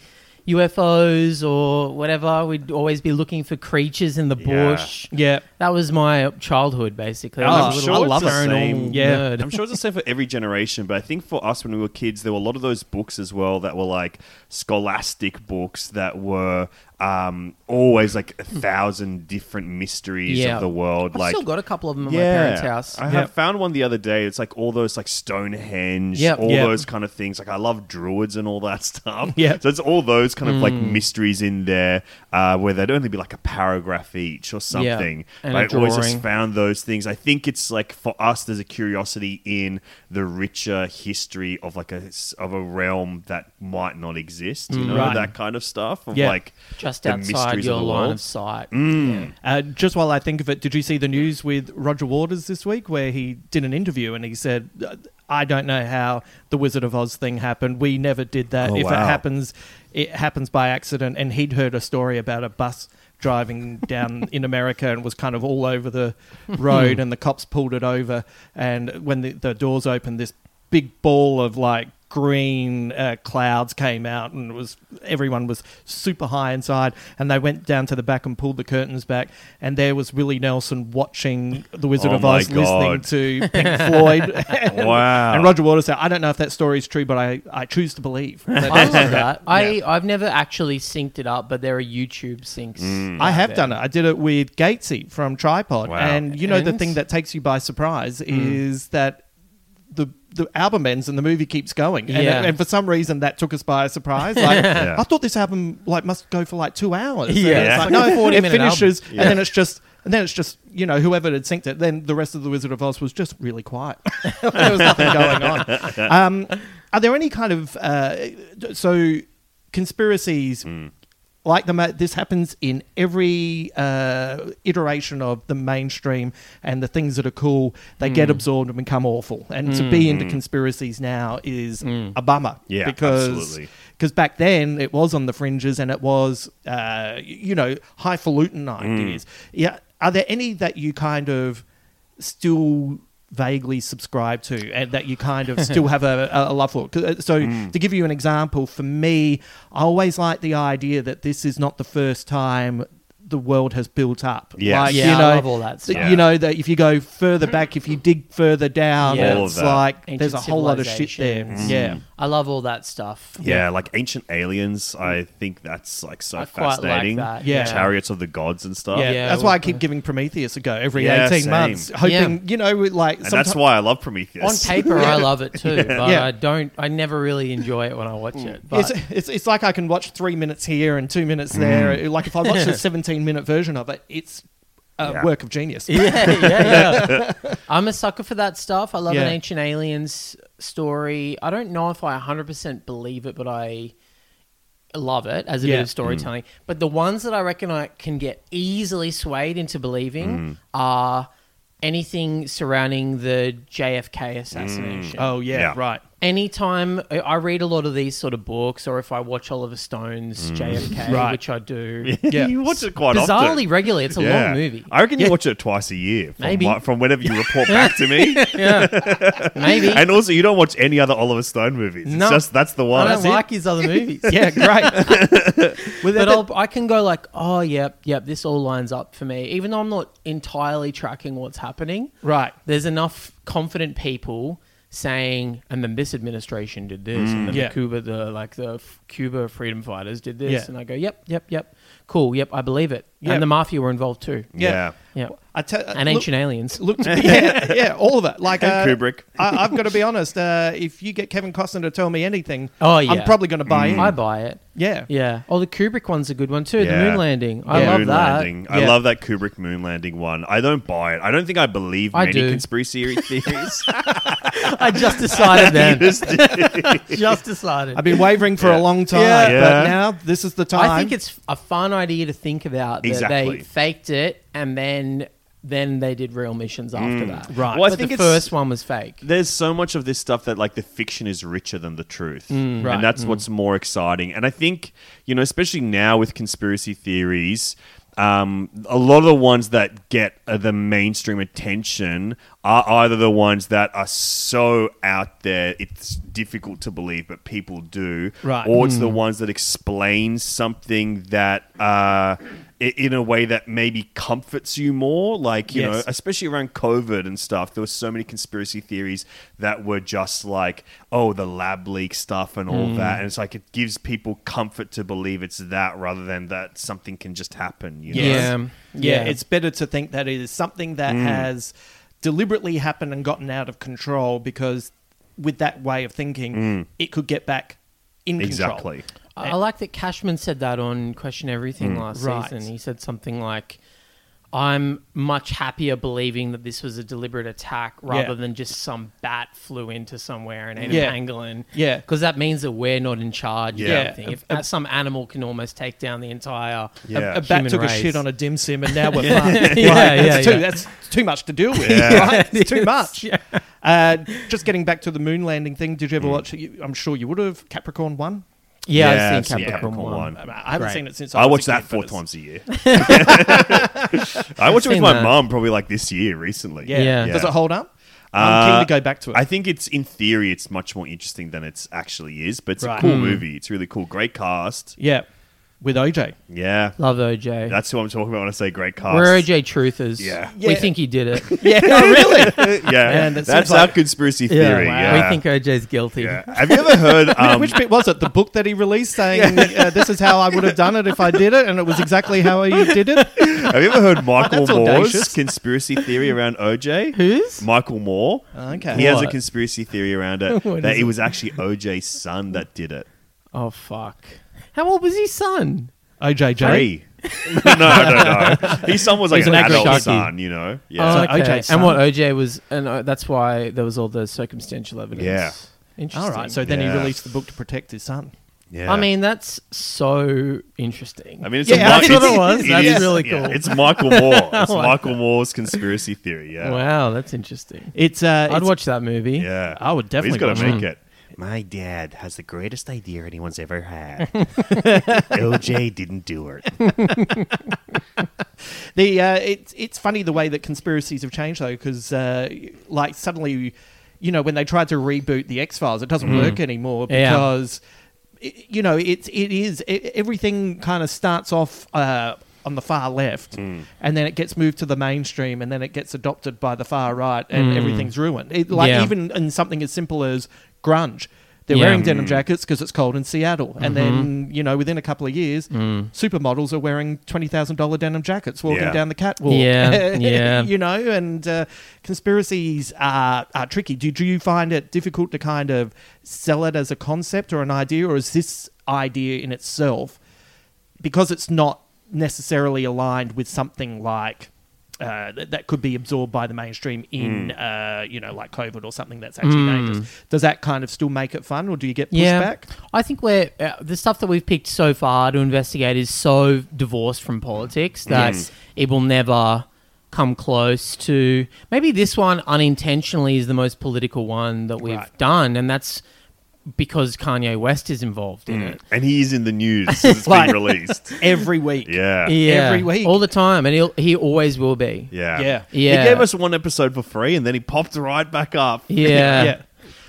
[SPEAKER 2] UFOs or whatever. We'd always be looking for creatures in the
[SPEAKER 3] Yeah.
[SPEAKER 2] bush.
[SPEAKER 1] Yeah.
[SPEAKER 2] That was my childhood, basically.
[SPEAKER 3] And
[SPEAKER 2] I
[SPEAKER 3] I'm
[SPEAKER 2] was a
[SPEAKER 3] Oh, sure
[SPEAKER 2] little- I
[SPEAKER 3] it's
[SPEAKER 2] love
[SPEAKER 3] the
[SPEAKER 2] paranormal
[SPEAKER 3] same-
[SPEAKER 1] Yeah.
[SPEAKER 2] nerd.
[SPEAKER 3] I'm sure it's the same for every generation, but I think for us when we were kids, there were a lot of those books as well that were like scholastic books that were um, always like a thousand different mysteries
[SPEAKER 2] Yeah.
[SPEAKER 3] of the world.
[SPEAKER 2] I've
[SPEAKER 3] like
[SPEAKER 2] still got a couple of them at my parents' house.
[SPEAKER 3] I
[SPEAKER 1] Yeah.
[SPEAKER 3] have found one the other day. It's like all those like Stonehenge,
[SPEAKER 2] Yep.
[SPEAKER 3] all
[SPEAKER 1] Yep.
[SPEAKER 3] those kind of things. Like I love druids and all that *laughs* stuff.
[SPEAKER 1] Yeah.
[SPEAKER 3] So it's all those kind of like
[SPEAKER 2] Mm.
[SPEAKER 3] mysteries in there uh, where they'd only be like a paragraph each or something.
[SPEAKER 2] And
[SPEAKER 3] But
[SPEAKER 2] a
[SPEAKER 3] I always just
[SPEAKER 2] drawing.
[SPEAKER 3] found those things. I think it's like for us, there's a curiosity in the richer history of like a s- of a realm that might not exist. You know
[SPEAKER 1] right.
[SPEAKER 3] that kind of stuff. Of
[SPEAKER 1] Yeah.
[SPEAKER 3] like
[SPEAKER 2] Mm. Just
[SPEAKER 3] the
[SPEAKER 2] outside
[SPEAKER 3] mysteries of
[SPEAKER 2] your
[SPEAKER 3] the
[SPEAKER 2] line
[SPEAKER 3] world.
[SPEAKER 2] of sight.
[SPEAKER 1] Uh, just while I think of it, did you see the news with Roger Waters this week where he did an interview and he said, I don't know how the Wizard of Oz thing happened. We never did that.
[SPEAKER 3] Oh,
[SPEAKER 1] if it
[SPEAKER 3] wow.
[SPEAKER 1] happens, it happens by accident. And he'd heard a story about a bus driving
[SPEAKER 3] *laughs*
[SPEAKER 1] down in America and was kind of all over the road and the cops pulled it over. And when the, the doors opened, this big ball of like green uh, clouds came out and it was everyone was super high inside and they went down to the back and pulled the curtains back and there was Willie Nelson watching The Wizard
[SPEAKER 3] Oh
[SPEAKER 1] of Oz
[SPEAKER 3] my God.
[SPEAKER 1] listening
[SPEAKER 3] *laughs*
[SPEAKER 1] to Pink Floyd and,
[SPEAKER 3] Wow.
[SPEAKER 1] and Roger Waters said I don't know if that story is true but I, I choose to believe that
[SPEAKER 2] I
[SPEAKER 1] that's
[SPEAKER 2] love that. I, I've never actually synced it up, but there are YouTube syncs.
[SPEAKER 1] I
[SPEAKER 2] out
[SPEAKER 1] have
[SPEAKER 2] there.
[SPEAKER 1] done it. I did it with Gatesy from Tripod,
[SPEAKER 3] Wow.
[SPEAKER 1] and you know the
[SPEAKER 2] And?
[SPEAKER 1] thing that takes you by surprise is that the the album ends and the movie keeps going, and,
[SPEAKER 2] Yeah.
[SPEAKER 1] and for some reason that took us by surprise. Like I thought this album like must go for like two hours. And
[SPEAKER 2] Yeah.
[SPEAKER 1] it's
[SPEAKER 2] Yeah.
[SPEAKER 1] like,
[SPEAKER 2] It's like a
[SPEAKER 1] no,
[SPEAKER 2] 40
[SPEAKER 1] it
[SPEAKER 2] minute album.
[SPEAKER 1] finishes, and then it's just. And then it's just you know whoever had synced it. Then the rest of the Wizard of Oz was just really quiet. *laughs* there was nothing going on. Um, are there any kind of uh, so conspiracies
[SPEAKER 3] Hmm.
[SPEAKER 1] like the ma- this happens in every uh, iteration of the mainstream and the things that are cool they get
[SPEAKER 3] Hmm.
[SPEAKER 1] absorbed and become awful and to be into conspiracies now is a bummer
[SPEAKER 3] Hmm. Yeah,
[SPEAKER 1] because
[SPEAKER 3] absolutely.
[SPEAKER 1] because back then it was on the fringes and it was uh, you know highfalutin
[SPEAKER 3] Mm.
[SPEAKER 1] ideas yeah are there any that you kind of still vaguely subscribe to and that you kind of still have a, a love for. 'Cause, uh, So,
[SPEAKER 3] Mm.
[SPEAKER 1] to give you an example, for me, I always like the idea that this is not the first time the world has built up.
[SPEAKER 3] Yes.
[SPEAKER 1] Like,
[SPEAKER 2] Yeah,
[SPEAKER 1] you
[SPEAKER 2] I
[SPEAKER 1] know,
[SPEAKER 2] love all that
[SPEAKER 1] th-
[SPEAKER 2] stuff.
[SPEAKER 1] You know, that if you go further back, if you dig further down,
[SPEAKER 2] Yeah. All
[SPEAKER 3] of
[SPEAKER 1] it's
[SPEAKER 3] that.
[SPEAKER 1] like
[SPEAKER 2] Ancient
[SPEAKER 1] there's a whole lot of shit there.
[SPEAKER 2] civilizations.
[SPEAKER 1] Yeah.
[SPEAKER 2] I love all that stuff.
[SPEAKER 3] Yeah, like ancient aliens. I think that's like so
[SPEAKER 2] I quite like
[SPEAKER 3] fascinating.
[SPEAKER 2] that,
[SPEAKER 1] Yeah.
[SPEAKER 3] chariots of the gods and stuff.
[SPEAKER 1] Yeah,
[SPEAKER 2] Yeah,
[SPEAKER 1] that's why I
[SPEAKER 2] well,
[SPEAKER 1] keep giving Prometheus a go every
[SPEAKER 3] Yeah,
[SPEAKER 1] 18
[SPEAKER 3] same.
[SPEAKER 1] months, hoping, you know, like.
[SPEAKER 3] and that's why I love Prometheus. *laughs*
[SPEAKER 2] On paper, I love it too, but
[SPEAKER 1] Yeah. Mm.
[SPEAKER 2] I don't. I never really enjoy it when I watch it. But
[SPEAKER 1] It's, it's, it's like I can watch three minutes here and two
[SPEAKER 3] Mm.
[SPEAKER 1] minutes there. Like if I watch
[SPEAKER 2] *laughs*
[SPEAKER 1] the 17 minute version of it, it's a
[SPEAKER 3] Yeah.
[SPEAKER 1] work of genius.
[SPEAKER 2] yeah, yeah, yeah. I'm a sucker for that stuff. I love
[SPEAKER 1] Yeah.
[SPEAKER 2] an ancient aliens story. I don't know if I 100% believe it, but I love it as a
[SPEAKER 1] Yeah. Mm.
[SPEAKER 2] bit of storytelling. But the ones that I reckon I can get easily swayed into
[SPEAKER 1] Mm.
[SPEAKER 2] believing are anything surrounding the JFK
[SPEAKER 1] *laughs*
[SPEAKER 2] assassination.
[SPEAKER 1] Oh, yeah,
[SPEAKER 3] Yeah. *laughs*
[SPEAKER 1] right.
[SPEAKER 2] anytime I- I read a lot of these sort of books, or if I watch Oliver Stone's JFK,
[SPEAKER 1] Mm. Right.
[SPEAKER 2] which I do,
[SPEAKER 1] *laughs* Yeah.
[SPEAKER 3] you watch it quite
[SPEAKER 2] bizarrely
[SPEAKER 3] often.
[SPEAKER 2] regularly, it's a long movie.
[SPEAKER 3] I reckon you watch it twice a year. From
[SPEAKER 2] Maybe.
[SPEAKER 3] my- from whenever you report back to me.
[SPEAKER 2] *laughs* Maybe
[SPEAKER 3] And also, you don't watch any other Oliver Stone movies. It's
[SPEAKER 2] No.
[SPEAKER 3] just that's the
[SPEAKER 2] I
[SPEAKER 3] one.
[SPEAKER 2] don't like his other movies. yeah,
[SPEAKER 1] great.
[SPEAKER 2] but I'll, I can go like, oh, yep, yep, this all lines up for me, even though I'm not entirely tracking what's happening.
[SPEAKER 1] right.
[SPEAKER 2] there's enough confident people saying, and then this administration did this, and then
[SPEAKER 1] Yeah.
[SPEAKER 2] the Cuba, the like the f- Cuba freedom fighters did this,
[SPEAKER 1] Yeah.
[SPEAKER 2] and I go, yep, yep, yep, cool, yep, I believe it.
[SPEAKER 1] Yep.
[SPEAKER 2] And the mafia were involved too.
[SPEAKER 3] Yeah.
[SPEAKER 2] Yeah,
[SPEAKER 1] I tell
[SPEAKER 2] *laughs* and
[SPEAKER 1] look-
[SPEAKER 2] ancient aliens. *laughs*
[SPEAKER 1] Look, *laughs* yeah, yeah, all of it.
[SPEAKER 3] *laughs*
[SPEAKER 1] Like uh,
[SPEAKER 3] And Kubrick.
[SPEAKER 1] I, I've got to be honest. Uh, if you get Kevin Costner to tell me anything,
[SPEAKER 2] *laughs* Oh, yeah.
[SPEAKER 1] I'm probably going to
[SPEAKER 3] Mm.
[SPEAKER 1] buy in.
[SPEAKER 2] I buy it.
[SPEAKER 1] yeah,
[SPEAKER 2] Yeah. Oh, the Kubrick one's a good one too.
[SPEAKER 3] Yeah.
[SPEAKER 2] The moon landing. I
[SPEAKER 1] Yeah.
[SPEAKER 2] love
[SPEAKER 3] moon
[SPEAKER 2] that.
[SPEAKER 3] landing. I
[SPEAKER 1] Yeah.
[SPEAKER 3] love that Kubrick moon landing one. I don't buy it. I don't think I believe
[SPEAKER 2] I
[SPEAKER 3] many
[SPEAKER 2] do.
[SPEAKER 3] conspiracy
[SPEAKER 2] *laughs*
[SPEAKER 3] theories.
[SPEAKER 2] *laughs* I
[SPEAKER 3] *laughs*
[SPEAKER 2] just decided then.
[SPEAKER 3] Just-
[SPEAKER 2] *laughs* just decided.
[SPEAKER 1] I've been wavering for a long time,
[SPEAKER 2] Yeah.
[SPEAKER 3] Yeah.
[SPEAKER 1] but now this is the time.
[SPEAKER 2] I think it's a fun idea to think about that
[SPEAKER 3] Exactly.
[SPEAKER 2] they faked it and then then they did real missions
[SPEAKER 3] Mm.
[SPEAKER 2] after that.
[SPEAKER 1] Right.
[SPEAKER 3] Well, I
[SPEAKER 2] but
[SPEAKER 3] think
[SPEAKER 2] the
[SPEAKER 3] it's-
[SPEAKER 2] first one was fake.
[SPEAKER 3] there's so much of this stuff that like the fiction is richer than the truth
[SPEAKER 1] Mm. Right.
[SPEAKER 3] and that's what's more exciting and i think you know especially now with conspiracy theories um, a lot of the ones that get uh, the mainstream attention are either the ones that are so out there it's difficult to believe but people do
[SPEAKER 1] Right. Mm.
[SPEAKER 3] or it's the ones that explain something that uh, i- in a way that maybe comforts you more like you know
[SPEAKER 1] Yes.
[SPEAKER 3] especially around COVID and stuff, there were so many conspiracy theories that were just like, oh, the lab leak stuff and
[SPEAKER 2] Hmm.
[SPEAKER 3] all that. And it's like it gives people comfort to believe it's that rather than that something can just happen. You know?
[SPEAKER 1] Yes.
[SPEAKER 2] Yeah.
[SPEAKER 1] yeah,
[SPEAKER 2] Yeah.
[SPEAKER 1] It's better to think that it is something that
[SPEAKER 3] Mm.
[SPEAKER 1] has deliberately happened and gotten out of control because with that way of thinking, it could get back in control.
[SPEAKER 3] Mm. Exactly.
[SPEAKER 2] I I like that Cashman said that on Question Everything last
[SPEAKER 1] Right.
[SPEAKER 2] season. He said something like, I'm much happier believing that this was a deliberate attack rather
[SPEAKER 1] Yeah.
[SPEAKER 2] than just some bat flew into somewhere and ate
[SPEAKER 1] Yeah.
[SPEAKER 2] a pangolin.
[SPEAKER 1] Yeah.
[SPEAKER 2] Because that means that we're not in charge
[SPEAKER 3] Yeah.
[SPEAKER 2] of anything. If uh, some animal can almost take down the entire
[SPEAKER 3] Yeah.
[SPEAKER 1] A bat
[SPEAKER 2] human
[SPEAKER 1] took
[SPEAKER 2] race.
[SPEAKER 1] a shit on a dim sim,
[SPEAKER 2] *laughs*
[SPEAKER 1] and now we're fucked. Right?
[SPEAKER 2] yeah,
[SPEAKER 1] that's,
[SPEAKER 2] yeah.
[SPEAKER 1] Too, that's too much to deal with.
[SPEAKER 3] Yeah.
[SPEAKER 1] Right?
[SPEAKER 2] *laughs*
[SPEAKER 1] It's too
[SPEAKER 2] Yes.
[SPEAKER 1] much.
[SPEAKER 2] Yeah.
[SPEAKER 1] Uh, just getting back to the moon landing thing. Did you
[SPEAKER 3] Mm.
[SPEAKER 1] ever watch? You, I'm sure you would have Capricorn One.
[SPEAKER 2] Yeah, I've
[SPEAKER 3] Yes,
[SPEAKER 2] seen
[SPEAKER 3] yeah,
[SPEAKER 2] Capricorn,
[SPEAKER 3] Capricorn
[SPEAKER 2] 1.
[SPEAKER 1] I
[SPEAKER 3] One.
[SPEAKER 1] I haven't
[SPEAKER 2] Great.
[SPEAKER 1] seen it since I,
[SPEAKER 3] I
[SPEAKER 1] was a
[SPEAKER 3] watch
[SPEAKER 1] kid,
[SPEAKER 3] that
[SPEAKER 1] but
[SPEAKER 3] four
[SPEAKER 1] it's-
[SPEAKER 3] times a
[SPEAKER 2] *laughs*
[SPEAKER 3] year. I watched it with
[SPEAKER 2] seen
[SPEAKER 3] my
[SPEAKER 2] that.
[SPEAKER 3] mum probably like this year recently.
[SPEAKER 1] Yeah.
[SPEAKER 2] Yeah.
[SPEAKER 1] Does it hold up?
[SPEAKER 3] Uh,
[SPEAKER 1] I'm keen to go back to it.
[SPEAKER 3] I think it's in theory, it's much more interesting than it's actually is, but it's
[SPEAKER 1] Right.
[SPEAKER 3] a cool movie. It's really cool. Great cast.
[SPEAKER 1] yeah. With OJ.
[SPEAKER 3] Yeah.
[SPEAKER 2] Love OJ.
[SPEAKER 3] That's who I'm talking about when I say great cast.
[SPEAKER 2] We're OJ truthers.
[SPEAKER 3] Yeah.
[SPEAKER 2] We
[SPEAKER 1] Yeah.
[SPEAKER 2] think he did it.
[SPEAKER 1] Yeah.
[SPEAKER 2] *laughs*
[SPEAKER 1] really?
[SPEAKER 3] *laughs* yeah,
[SPEAKER 1] Man, that
[SPEAKER 3] that's
[SPEAKER 1] seems
[SPEAKER 3] our
[SPEAKER 1] like-
[SPEAKER 3] conspiracy theory. Yeah,
[SPEAKER 2] We think OJ's guilty.
[SPEAKER 3] Yeah. Have you ever heard? Um,
[SPEAKER 1] Which bit was it? The book that he released saying, uh, this is how I would have done it if I did it, and it was exactly how he did
[SPEAKER 3] *laughs*
[SPEAKER 1] it?
[SPEAKER 3] have you ever heard Michael
[SPEAKER 1] That's
[SPEAKER 3] Moore's
[SPEAKER 1] audacious.
[SPEAKER 3] conspiracy theory around OJ?
[SPEAKER 2] Whose?
[SPEAKER 3] Michael Moore.
[SPEAKER 1] Okay.
[SPEAKER 3] He has a
[SPEAKER 2] What?
[SPEAKER 3] conspiracy theory around it
[SPEAKER 2] What
[SPEAKER 3] that
[SPEAKER 2] is
[SPEAKER 3] it
[SPEAKER 2] it?
[SPEAKER 3] was actually OJ's son that did it.
[SPEAKER 2] Oh, fuck. How old was his son?
[SPEAKER 1] OJ J.
[SPEAKER 3] Three. *laughs* no, no, no. His son was like
[SPEAKER 2] He's
[SPEAKER 3] an,
[SPEAKER 2] an
[SPEAKER 3] adult
[SPEAKER 2] Agasaki.
[SPEAKER 3] son, you know.
[SPEAKER 2] Oh,
[SPEAKER 3] Yeah.
[SPEAKER 1] So OJ 's
[SPEAKER 2] And
[SPEAKER 1] son.
[SPEAKER 2] what OJ was, and uh, that's why there was all the circumstantial evidence.
[SPEAKER 3] Yeah.
[SPEAKER 1] All
[SPEAKER 2] Interesting.
[SPEAKER 1] right. So then
[SPEAKER 3] Yeah.
[SPEAKER 1] he released the book to protect his son.
[SPEAKER 3] yeah.
[SPEAKER 2] I mean, that's so interesting.
[SPEAKER 3] I mean, it's
[SPEAKER 1] Yeah,
[SPEAKER 3] a Mi-
[SPEAKER 1] that's what
[SPEAKER 3] it's-
[SPEAKER 1] it was. That's
[SPEAKER 3] is-
[SPEAKER 2] really
[SPEAKER 3] yeah,
[SPEAKER 2] cool.
[SPEAKER 3] it's
[SPEAKER 1] *laughs*
[SPEAKER 3] Michael Moore. It's Michael Moore's conspiracy theory. Yeah,
[SPEAKER 2] wow, that's interesting.
[SPEAKER 1] It's, uh,
[SPEAKER 2] I'd
[SPEAKER 1] it's-
[SPEAKER 2] watch that movie.
[SPEAKER 3] yeah.
[SPEAKER 1] I would definitely
[SPEAKER 3] He's got
[SPEAKER 1] watch
[SPEAKER 3] to make
[SPEAKER 1] it.
[SPEAKER 3] it.
[SPEAKER 4] My dad has the greatest idea anyone's ever had. OJ didn't do it.
[SPEAKER 1] The uh, it's it's funny the way that conspiracies have changed though, because uh, like suddenly, you know, when they tried to reboot the X Files, it doesn't work anymore
[SPEAKER 2] Mm-hmm. Yeah.
[SPEAKER 1] because i- you know it's it is e- everything kind of starts off. Uh, on the far left,
[SPEAKER 2] Mm.
[SPEAKER 1] and then it gets moved to the mainstream, and then it gets adopted by the far right, and everything's ruined. It, like
[SPEAKER 2] Mm. Yeah.
[SPEAKER 1] even in something as simple as grunge, they're
[SPEAKER 2] Yeah. Mm. Mm-hmm.
[SPEAKER 1] wearing denim jackets because it's cold in Seattle, and then you know within a couple of years,
[SPEAKER 2] Mm.
[SPEAKER 1] supermodels are wearing twenty thousand dollar denim jackets walking
[SPEAKER 3] Yeah.
[SPEAKER 1] down the catwalk. *laughs*
[SPEAKER 2] Yeah, yeah.
[SPEAKER 1] you know, and uh, conspiracies are, are tricky. Do, do you find it difficult to kind of sell it as a concept or an idea, or is this idea in itself, because it's not necessarily aligned with something like uh, that, that could be absorbed by the mainstream in,
[SPEAKER 3] Hmm.
[SPEAKER 1] uh, you know, like COVID or something that's actually dangerous? Does that kind of still make it fun, or do you get pushback?
[SPEAKER 2] Hmm. Yeah, I think we're uh, the stuff that we've picked so far to investigate is so divorced from politics that it will never come close to. Maybe this one unintentionally is the most political one that we've done, and that's because Kanye West is involved in it.
[SPEAKER 3] And he is in the news
[SPEAKER 1] *laughs*
[SPEAKER 3] since it's
[SPEAKER 1] Like-
[SPEAKER 3] been released.
[SPEAKER 1] every week.
[SPEAKER 3] Yeah.
[SPEAKER 2] Yeah,
[SPEAKER 1] Every week.
[SPEAKER 2] all the time, and he'll, he always will be.
[SPEAKER 3] Yeah.
[SPEAKER 1] Yeah.
[SPEAKER 2] Yeah.
[SPEAKER 3] He gave us one episode for free and then he popped right back up.
[SPEAKER 2] Yeah.
[SPEAKER 1] Yeah.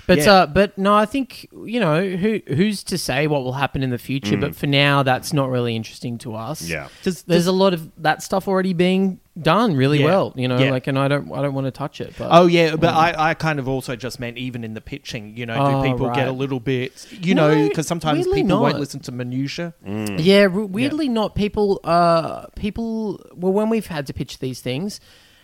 [SPEAKER 2] But
[SPEAKER 1] Yeah.
[SPEAKER 2] uh, but no, I think you know who who's to say what will happen in the future. But for now, that's not really interesting to us.
[SPEAKER 3] Yeah.
[SPEAKER 1] Does-
[SPEAKER 2] there's a lot of that stuff already being done really
[SPEAKER 1] Yeah.
[SPEAKER 2] well. You know,
[SPEAKER 1] Yeah.
[SPEAKER 2] like, and I don't I don't want to touch it. But
[SPEAKER 1] Oh yeah, but I, I kind of also just meant even in the pitching, you know,
[SPEAKER 2] Oh,
[SPEAKER 1] do people get
[SPEAKER 2] right.
[SPEAKER 1] a little bit, you
[SPEAKER 2] No,
[SPEAKER 1] know, because sometimes
[SPEAKER 2] really
[SPEAKER 1] people
[SPEAKER 2] not.
[SPEAKER 1] won't listen to minutia.
[SPEAKER 2] Yeah, w- weirdly not. People, uh, people. Well, when we've had to pitch these things,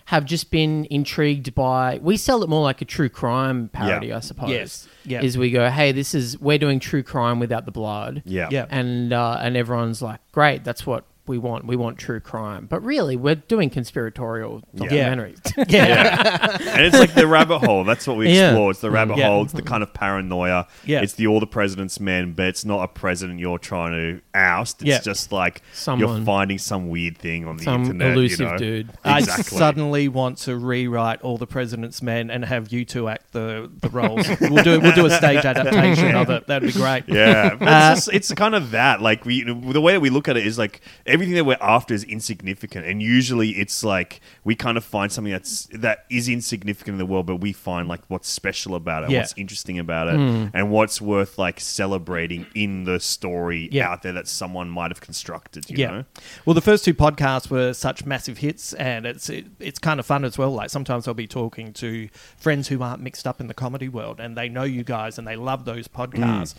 [SPEAKER 2] have just been intrigued by. We sell it more like a true crime parody,
[SPEAKER 3] Yeah.
[SPEAKER 2] I suppose.
[SPEAKER 1] Yes. Yeah.
[SPEAKER 2] Is we go, hey, this is we're doing true crime without the blood.
[SPEAKER 3] Yeah.
[SPEAKER 1] Yeah.
[SPEAKER 2] And uh, and everyone's like, great, that's what we want. We want true crime, but really, we're doing conspiratorial documentary.
[SPEAKER 1] Yeah, *laughs*
[SPEAKER 3] And it's like the rabbit hole. That's what we
[SPEAKER 2] Yeah.
[SPEAKER 3] explore. It's the rabbit
[SPEAKER 1] Yeah. Mm-hmm.
[SPEAKER 3] hole. It's the kind of paranoia.
[SPEAKER 1] Yeah.
[SPEAKER 3] It's the all the president's men, but it's not a president you're trying to oust. It's
[SPEAKER 1] Yeah.
[SPEAKER 3] just like
[SPEAKER 2] Someone.
[SPEAKER 3] you're finding some weird thing on the
[SPEAKER 2] Some
[SPEAKER 3] internet.
[SPEAKER 2] elusive
[SPEAKER 3] you know?
[SPEAKER 2] dude.
[SPEAKER 1] I
[SPEAKER 3] Exactly.
[SPEAKER 1] suddenly want to rewrite all the President's Men and have you two act the, the roles. we'll do we'll do a stage adaptation of it. That'd be great. *laughs*
[SPEAKER 3] Yeah, but it's, just, it's kind of that. Like we, the way that we look at it is like everything that we're after is insignificant, and usually it's like we kind of find something that's that is insignificant in the world, but we find like what's special about it,
[SPEAKER 1] Yeah. Mm.
[SPEAKER 3] what's interesting about it, and what's worth like celebrating in the story
[SPEAKER 1] Yeah.
[SPEAKER 3] out there that someone might have constructed. You
[SPEAKER 1] yeah.
[SPEAKER 3] know?
[SPEAKER 1] Well, the first two podcasts were such massive hits, and it's it, it's kind of fun as well. Like sometimes I'll be talking to friends who aren't mixed up in the comedy world, and they know you guys, and they love those podcasts.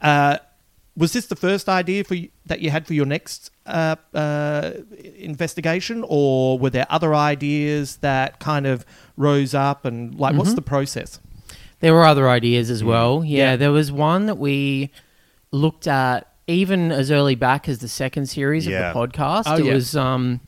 [SPEAKER 1] Uh, was this the first idea for you, that you had for your next uh, uh, investigation, or were there other ideas that kind of rose up? And like, what's the process?
[SPEAKER 2] There were other ideas as well. Yeah,
[SPEAKER 1] Yeah.
[SPEAKER 2] there was one that we looked at even as early back as the second series
[SPEAKER 3] Yeah.
[SPEAKER 2] of the podcast.
[SPEAKER 1] Oh,
[SPEAKER 2] it
[SPEAKER 1] yeah.
[SPEAKER 2] was um,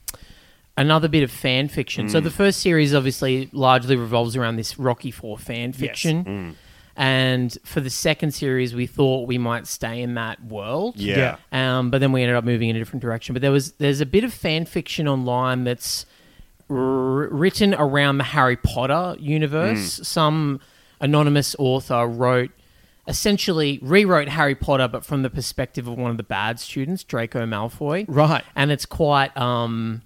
[SPEAKER 2] another bit of fan fiction. So the first series obviously largely revolves around this Rocky Four fan fiction. And for the second series, we thought we might stay in that world.
[SPEAKER 3] Yeah.
[SPEAKER 1] Yeah.
[SPEAKER 2] Um, but then we ended up moving in a different direction. But there was there's a bit of fan fiction online that's r- written around the Harry Potter universe. Some anonymous author wrote essentially rewrote Harry Potter, but from the perspective of one of the bad students, Draco Malfoy.
[SPEAKER 1] Right.
[SPEAKER 2] and it's quite um,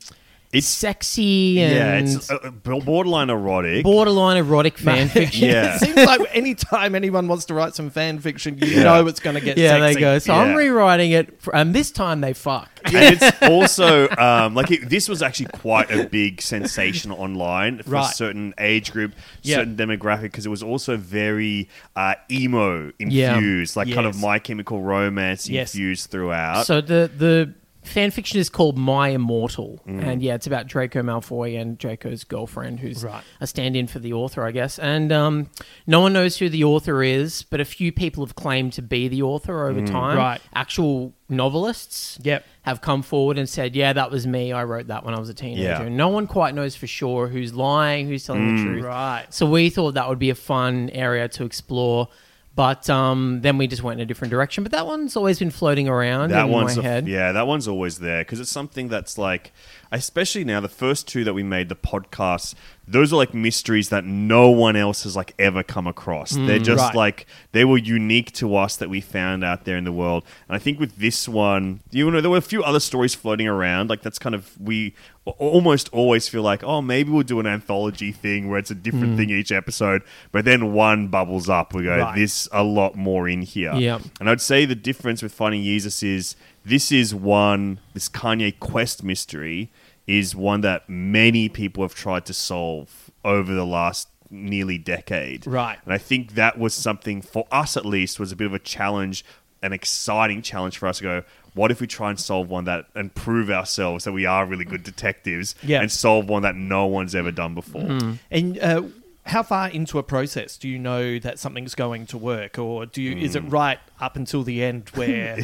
[SPEAKER 3] It's-
[SPEAKER 2] sexy and
[SPEAKER 3] Yeah, it's uh, uh, borderline erotic.
[SPEAKER 2] borderline erotic *laughs* fan fiction.
[SPEAKER 3] yeah.
[SPEAKER 1] it seems like anytime anyone wants to write some fan fiction, you know it's going to get
[SPEAKER 2] Yeah,
[SPEAKER 1] sexy.
[SPEAKER 2] they go. So I'm
[SPEAKER 3] Yeah.
[SPEAKER 2] rewriting it, for, and this time they fuck.
[SPEAKER 3] and it's also um, like it, this was actually quite a big sensation online for a
[SPEAKER 1] Right.
[SPEAKER 3] certain age group,
[SPEAKER 1] Yeah.
[SPEAKER 3] certain demographic, because it was also very uh, emo
[SPEAKER 2] Yeah.
[SPEAKER 3] infused, like kind of
[SPEAKER 1] Yes.
[SPEAKER 3] My Chemical Romance
[SPEAKER 1] Yes.
[SPEAKER 3] infused
[SPEAKER 1] Uh,
[SPEAKER 3] throughout.
[SPEAKER 2] So the the fan fiction is called My Immortal,
[SPEAKER 1] Mm.
[SPEAKER 2] and yeah, it's about Draco Malfoy and Draco's girlfriend, who's
[SPEAKER 1] Right.
[SPEAKER 2] a stand-in for the author, I guess. And um, no one knows who the author is, but a few people have claimed to be the author over time.
[SPEAKER 1] Mm, Right.
[SPEAKER 2] actual novelists.
[SPEAKER 1] Yep.
[SPEAKER 2] Have come forward and said, "Yeah, that was me. I wrote that when I was a teenager."
[SPEAKER 3] Yeah.
[SPEAKER 2] And no one quite knows for sure who's lying, who's telling the truth.
[SPEAKER 1] Mm, Right.
[SPEAKER 2] So we thought that would be a fun area to explore, but um, then we just went in a different direction. But that one's always been floating around
[SPEAKER 3] that
[SPEAKER 2] in
[SPEAKER 3] one's
[SPEAKER 2] my
[SPEAKER 3] a-
[SPEAKER 2] head.
[SPEAKER 3] yeah, that one's always there because it's something that's like, especially now the first two that we made the podcasts, those are like mysteries that no one else has like ever come across.
[SPEAKER 2] Hmm,
[SPEAKER 3] They're just
[SPEAKER 1] Right.
[SPEAKER 3] like they were unique to us that we found out there in the world. And I think with this one, you know, there were a few other stories floating around. Like that's kind of we a- almost always feel like, oh, maybe we'll do an anthology thing where it's a
[SPEAKER 2] Hmm.
[SPEAKER 3] different thing each episode, but then one bubbles up. We go,
[SPEAKER 1] Right.
[SPEAKER 3] this a lot more in here.
[SPEAKER 2] Yep.
[SPEAKER 3] And I'd say the difference with Finding Jesus is this is one, this Kanye Quest mystery is one that many people have tried to solve over the last nearly decade.
[SPEAKER 1] Right.
[SPEAKER 3] And I think that was something for us at least was a bit of a challenge, an exciting challenge for us to go, what if we try and solve one that and prove ourselves that we are really good detectives
[SPEAKER 1] Yeah. Mm-hmm.
[SPEAKER 3] and solve one that no one's ever done before?
[SPEAKER 1] And uh, how far into a process do you know that something's going to work, or do you
[SPEAKER 3] Hmm.
[SPEAKER 1] is it right up until the
[SPEAKER 3] *laughs*
[SPEAKER 1] end where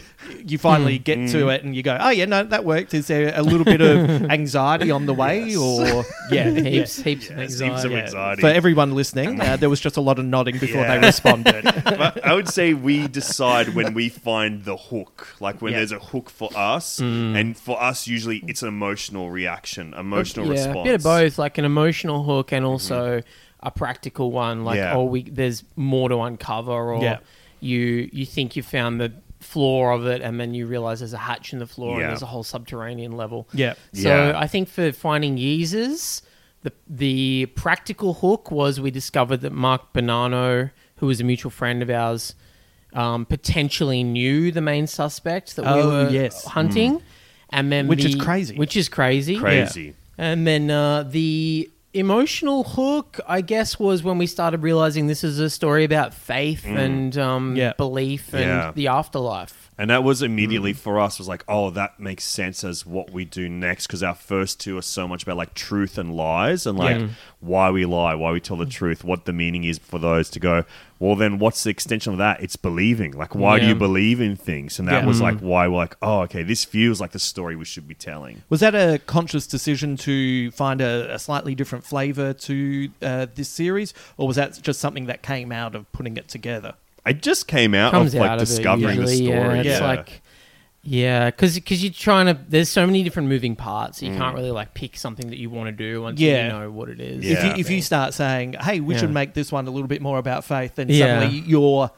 [SPEAKER 1] you finally get to
[SPEAKER 3] Hmm.
[SPEAKER 1] it and you go, oh yeah, no, that worked? Is there a little bit of
[SPEAKER 3] *laughs*
[SPEAKER 1] anxiety on the way, or yeah, yeah.
[SPEAKER 2] Heaps, heaps of anxiety.
[SPEAKER 3] heaps of
[SPEAKER 1] Yeah.
[SPEAKER 3] anxiety.
[SPEAKER 1] For everyone
[SPEAKER 3] *laughs*
[SPEAKER 1] listening, uh, there was just a lot of nodding before
[SPEAKER 3] Yeah.
[SPEAKER 1] they
[SPEAKER 3] *laughs*
[SPEAKER 1] responded.
[SPEAKER 3] But I would say we decide when we find the hook, like when
[SPEAKER 1] Yeah.
[SPEAKER 3] there's a hook for us,
[SPEAKER 2] Mm.
[SPEAKER 3] and for us usually it's an emotional reaction, emotional
[SPEAKER 2] yeah,
[SPEAKER 3] response.
[SPEAKER 2] A bit of both, like an emotional hook
[SPEAKER 1] Mm-hmm.
[SPEAKER 2] and also a practical one. Like,
[SPEAKER 3] Yeah.
[SPEAKER 2] oh, we there's more to uncover, or
[SPEAKER 1] Yeah.
[SPEAKER 2] you you think you found the floor of it, and then you realize there's a hatch in the floor,
[SPEAKER 3] Yeah.
[SPEAKER 2] and there's a whole subterranean level.
[SPEAKER 1] Yeah.
[SPEAKER 2] So
[SPEAKER 3] Yeah.
[SPEAKER 2] I think for finding Yeezers, the the practical hook was we discovered that Mark Bonanno, who was a mutual friend of ours, um, potentially knew the main suspect that we
[SPEAKER 1] Oh,
[SPEAKER 2] were
[SPEAKER 1] yes. Mm.
[SPEAKER 2] hunting. And then
[SPEAKER 1] Which is
[SPEAKER 2] the-
[SPEAKER 1] crazy.
[SPEAKER 2] Which is crazy.
[SPEAKER 3] Crazy.
[SPEAKER 2] And then uh, the emotional hook, I guess, was when we started realizing this is a story about faith and um,
[SPEAKER 1] Yeah.
[SPEAKER 2] belief and
[SPEAKER 3] Mm. Yeah.
[SPEAKER 2] the afterlife.
[SPEAKER 3] And that was
[SPEAKER 2] Mm.
[SPEAKER 3] immediately for us was like, oh, that makes sense as what we do next because our first two are so much about like truth and lies and like why we lie, why we tell the truth, what the meaning is for those to go. Well, then what's the extension of that? It's believing. Like, why do
[SPEAKER 2] Yeah. Mm.
[SPEAKER 3] you believe in things? And that
[SPEAKER 1] Yeah.
[SPEAKER 3] was like why we're like, oh, okay, this feels like the story we should be telling.
[SPEAKER 1] Was that a conscious decision to find a, a slightly different flavour to uh, this series, or was that just something that came out of putting it together?
[SPEAKER 3] It just came out
[SPEAKER 2] Comes
[SPEAKER 3] of like
[SPEAKER 2] out of
[SPEAKER 3] discovering
[SPEAKER 2] it usually,
[SPEAKER 3] the story.
[SPEAKER 2] Yeah, it's like, yeah, because you're trying to. There's so many different moving parts.
[SPEAKER 3] Mm.
[SPEAKER 2] You can't really like pick something that you want to do until
[SPEAKER 1] Yeah.
[SPEAKER 2] you know what it is.
[SPEAKER 3] Yeah.
[SPEAKER 1] If, you, if you start saying, "Hey, we should
[SPEAKER 2] Yeah.
[SPEAKER 1] make this one a little bit more about faith," then
[SPEAKER 2] Yeah.
[SPEAKER 1] suddenly you're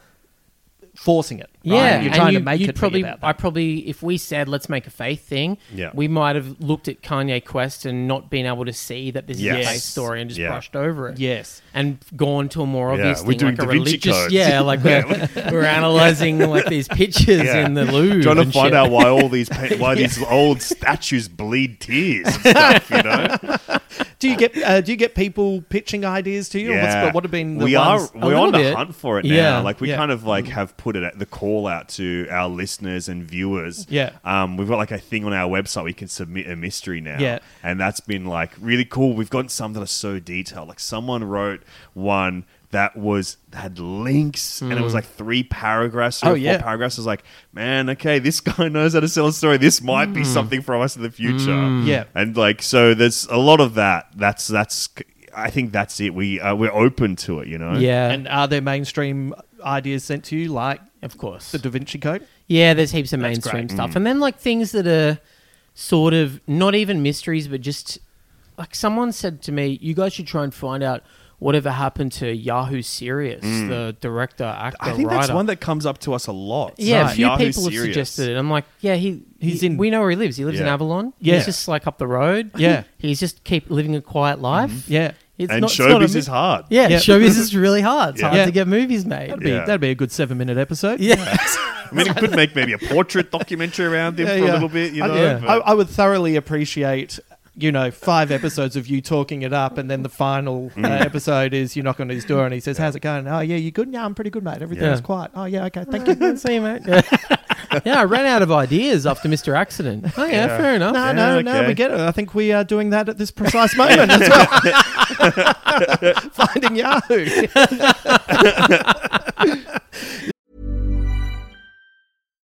[SPEAKER 1] forcing it. right?
[SPEAKER 2] Yeah,
[SPEAKER 1] you're
[SPEAKER 2] and
[SPEAKER 1] trying
[SPEAKER 2] you-
[SPEAKER 1] to make
[SPEAKER 2] you'd
[SPEAKER 1] it be
[SPEAKER 2] probably,
[SPEAKER 1] about
[SPEAKER 2] I
[SPEAKER 1] that.
[SPEAKER 2] probably, if we said let's make a faith thing,
[SPEAKER 3] Yeah.
[SPEAKER 2] we might have looked at Kanye Quest and not been able to see that this is
[SPEAKER 3] Yes.
[SPEAKER 2] a faith story and just
[SPEAKER 3] Yeah.
[SPEAKER 2] brushed over it.
[SPEAKER 1] yes,
[SPEAKER 2] and gone to a more obvious
[SPEAKER 3] we're
[SPEAKER 2] thing,
[SPEAKER 3] doing
[SPEAKER 2] like a
[SPEAKER 3] Da Vinci
[SPEAKER 2] religious.
[SPEAKER 3] codes.
[SPEAKER 2] Yeah, like
[SPEAKER 3] *laughs*
[SPEAKER 2] we're, we're analyzing like these pictures
[SPEAKER 3] Yeah.
[SPEAKER 2] in the Louvre.
[SPEAKER 3] Trying to
[SPEAKER 2] and
[SPEAKER 3] find
[SPEAKER 2] shit.
[SPEAKER 3] out why all these
[SPEAKER 2] *laughs*
[SPEAKER 3] pa- why these old statues bleed tears and stuff, you know.
[SPEAKER 1] do you get uh, do you get people pitching ideas to you? Or What's, what have been the
[SPEAKER 3] we
[SPEAKER 1] ones?
[SPEAKER 3] are
[SPEAKER 2] A
[SPEAKER 3] we're
[SPEAKER 2] little
[SPEAKER 3] on the
[SPEAKER 2] bit.
[SPEAKER 3] hunt for it now.
[SPEAKER 2] Yeah,
[SPEAKER 3] like we
[SPEAKER 1] yeah.
[SPEAKER 3] kind of like have put it at the call out to our listeners and viewers.
[SPEAKER 1] Yeah.
[SPEAKER 3] um, we've got like a thing on our website we can submit a mystery now.
[SPEAKER 1] Yeah.
[SPEAKER 3] and that's been like really cool. We've gotten some that are so detailed. Like someone wrote one. That was had links and
[SPEAKER 2] Hmm.
[SPEAKER 3] it was like three paragraphs, three
[SPEAKER 1] Oh,
[SPEAKER 3] or four
[SPEAKER 1] yeah.
[SPEAKER 3] paragraphs. I was like, man, okay, this guy *laughs* knows how to sell a story. This might be
[SPEAKER 2] Hmm.
[SPEAKER 3] something for us in the future.
[SPEAKER 1] Yeah.
[SPEAKER 3] And like so, there's a lot of that. That's that's. I think that's it. We uh, we're open to it, you know.
[SPEAKER 2] Yeah,
[SPEAKER 1] And are there mainstream ideas sent to you, like
[SPEAKER 2] of course.
[SPEAKER 1] the Da Vinci Code?
[SPEAKER 2] Yeah, there's heaps of mainstream stuff,
[SPEAKER 3] Mm.
[SPEAKER 2] and then like things that are sort of not even mysteries, but just like someone said to me, you guys should try and find out whatever happened to Yahoo Serious, the director, actor,
[SPEAKER 3] Mm. I think
[SPEAKER 2] writer.
[SPEAKER 3] that's one that comes up to us a lot.
[SPEAKER 2] Yeah,
[SPEAKER 3] Right.
[SPEAKER 2] a few
[SPEAKER 3] Yahoo
[SPEAKER 2] people have
[SPEAKER 3] Serious.
[SPEAKER 2] suggested it. I'm like, yeah, he
[SPEAKER 1] He's
[SPEAKER 2] he's
[SPEAKER 1] in-
[SPEAKER 2] in. We know where he lives. He lives in
[SPEAKER 3] Yeah.
[SPEAKER 2] Avalon.
[SPEAKER 1] Yeah.
[SPEAKER 2] he's just like up the road. *laughs*
[SPEAKER 1] Yeah.
[SPEAKER 2] he's just keep living a quiet life.
[SPEAKER 1] Yeah.
[SPEAKER 2] it's
[SPEAKER 3] and
[SPEAKER 2] not, it's not a
[SPEAKER 3] showbiz
[SPEAKER 2] mi-
[SPEAKER 3] is hard.
[SPEAKER 2] Mm-hmm. Yeah,
[SPEAKER 1] Yeah.
[SPEAKER 2] showbiz is really hard. It's
[SPEAKER 3] Yeah.
[SPEAKER 2] hard
[SPEAKER 1] Yeah.
[SPEAKER 2] to get movies made.
[SPEAKER 1] Be-
[SPEAKER 3] Yeah.
[SPEAKER 1] That'd be a good seven minute episode.
[SPEAKER 2] Yeah,
[SPEAKER 3] I mean, it could make maybe a portrait documentary around
[SPEAKER 2] *laughs*
[SPEAKER 3] him
[SPEAKER 1] Yeah,
[SPEAKER 3] for
[SPEAKER 1] yeah.
[SPEAKER 3] a little bit, you know.
[SPEAKER 1] I,
[SPEAKER 3] but-
[SPEAKER 1] I, I would thoroughly appreciate, you know, five episodes of you talking it up, and then the final uh,
[SPEAKER 3] Mm.
[SPEAKER 1] episode is you knock on his door and he says, "How's it going?" Oh yeah, you good? Yeah, I'm pretty good, mate. Everything's
[SPEAKER 2] Yeah.
[SPEAKER 1] quiet. Oh yeah, okay, thank you.
[SPEAKER 2] Good to see
[SPEAKER 1] *laughs*
[SPEAKER 2] you, mate. Yeah. Yeah, I ran out of ideas after Mr. Accident. Oh yeah, fair enough.
[SPEAKER 1] No,
[SPEAKER 3] Yeah,
[SPEAKER 1] no, no,
[SPEAKER 3] okay.
[SPEAKER 1] we get it. I think we are doing that at this precise moment as well.
[SPEAKER 3] *laughs*
[SPEAKER 1] *laughs* Finding Yahoo.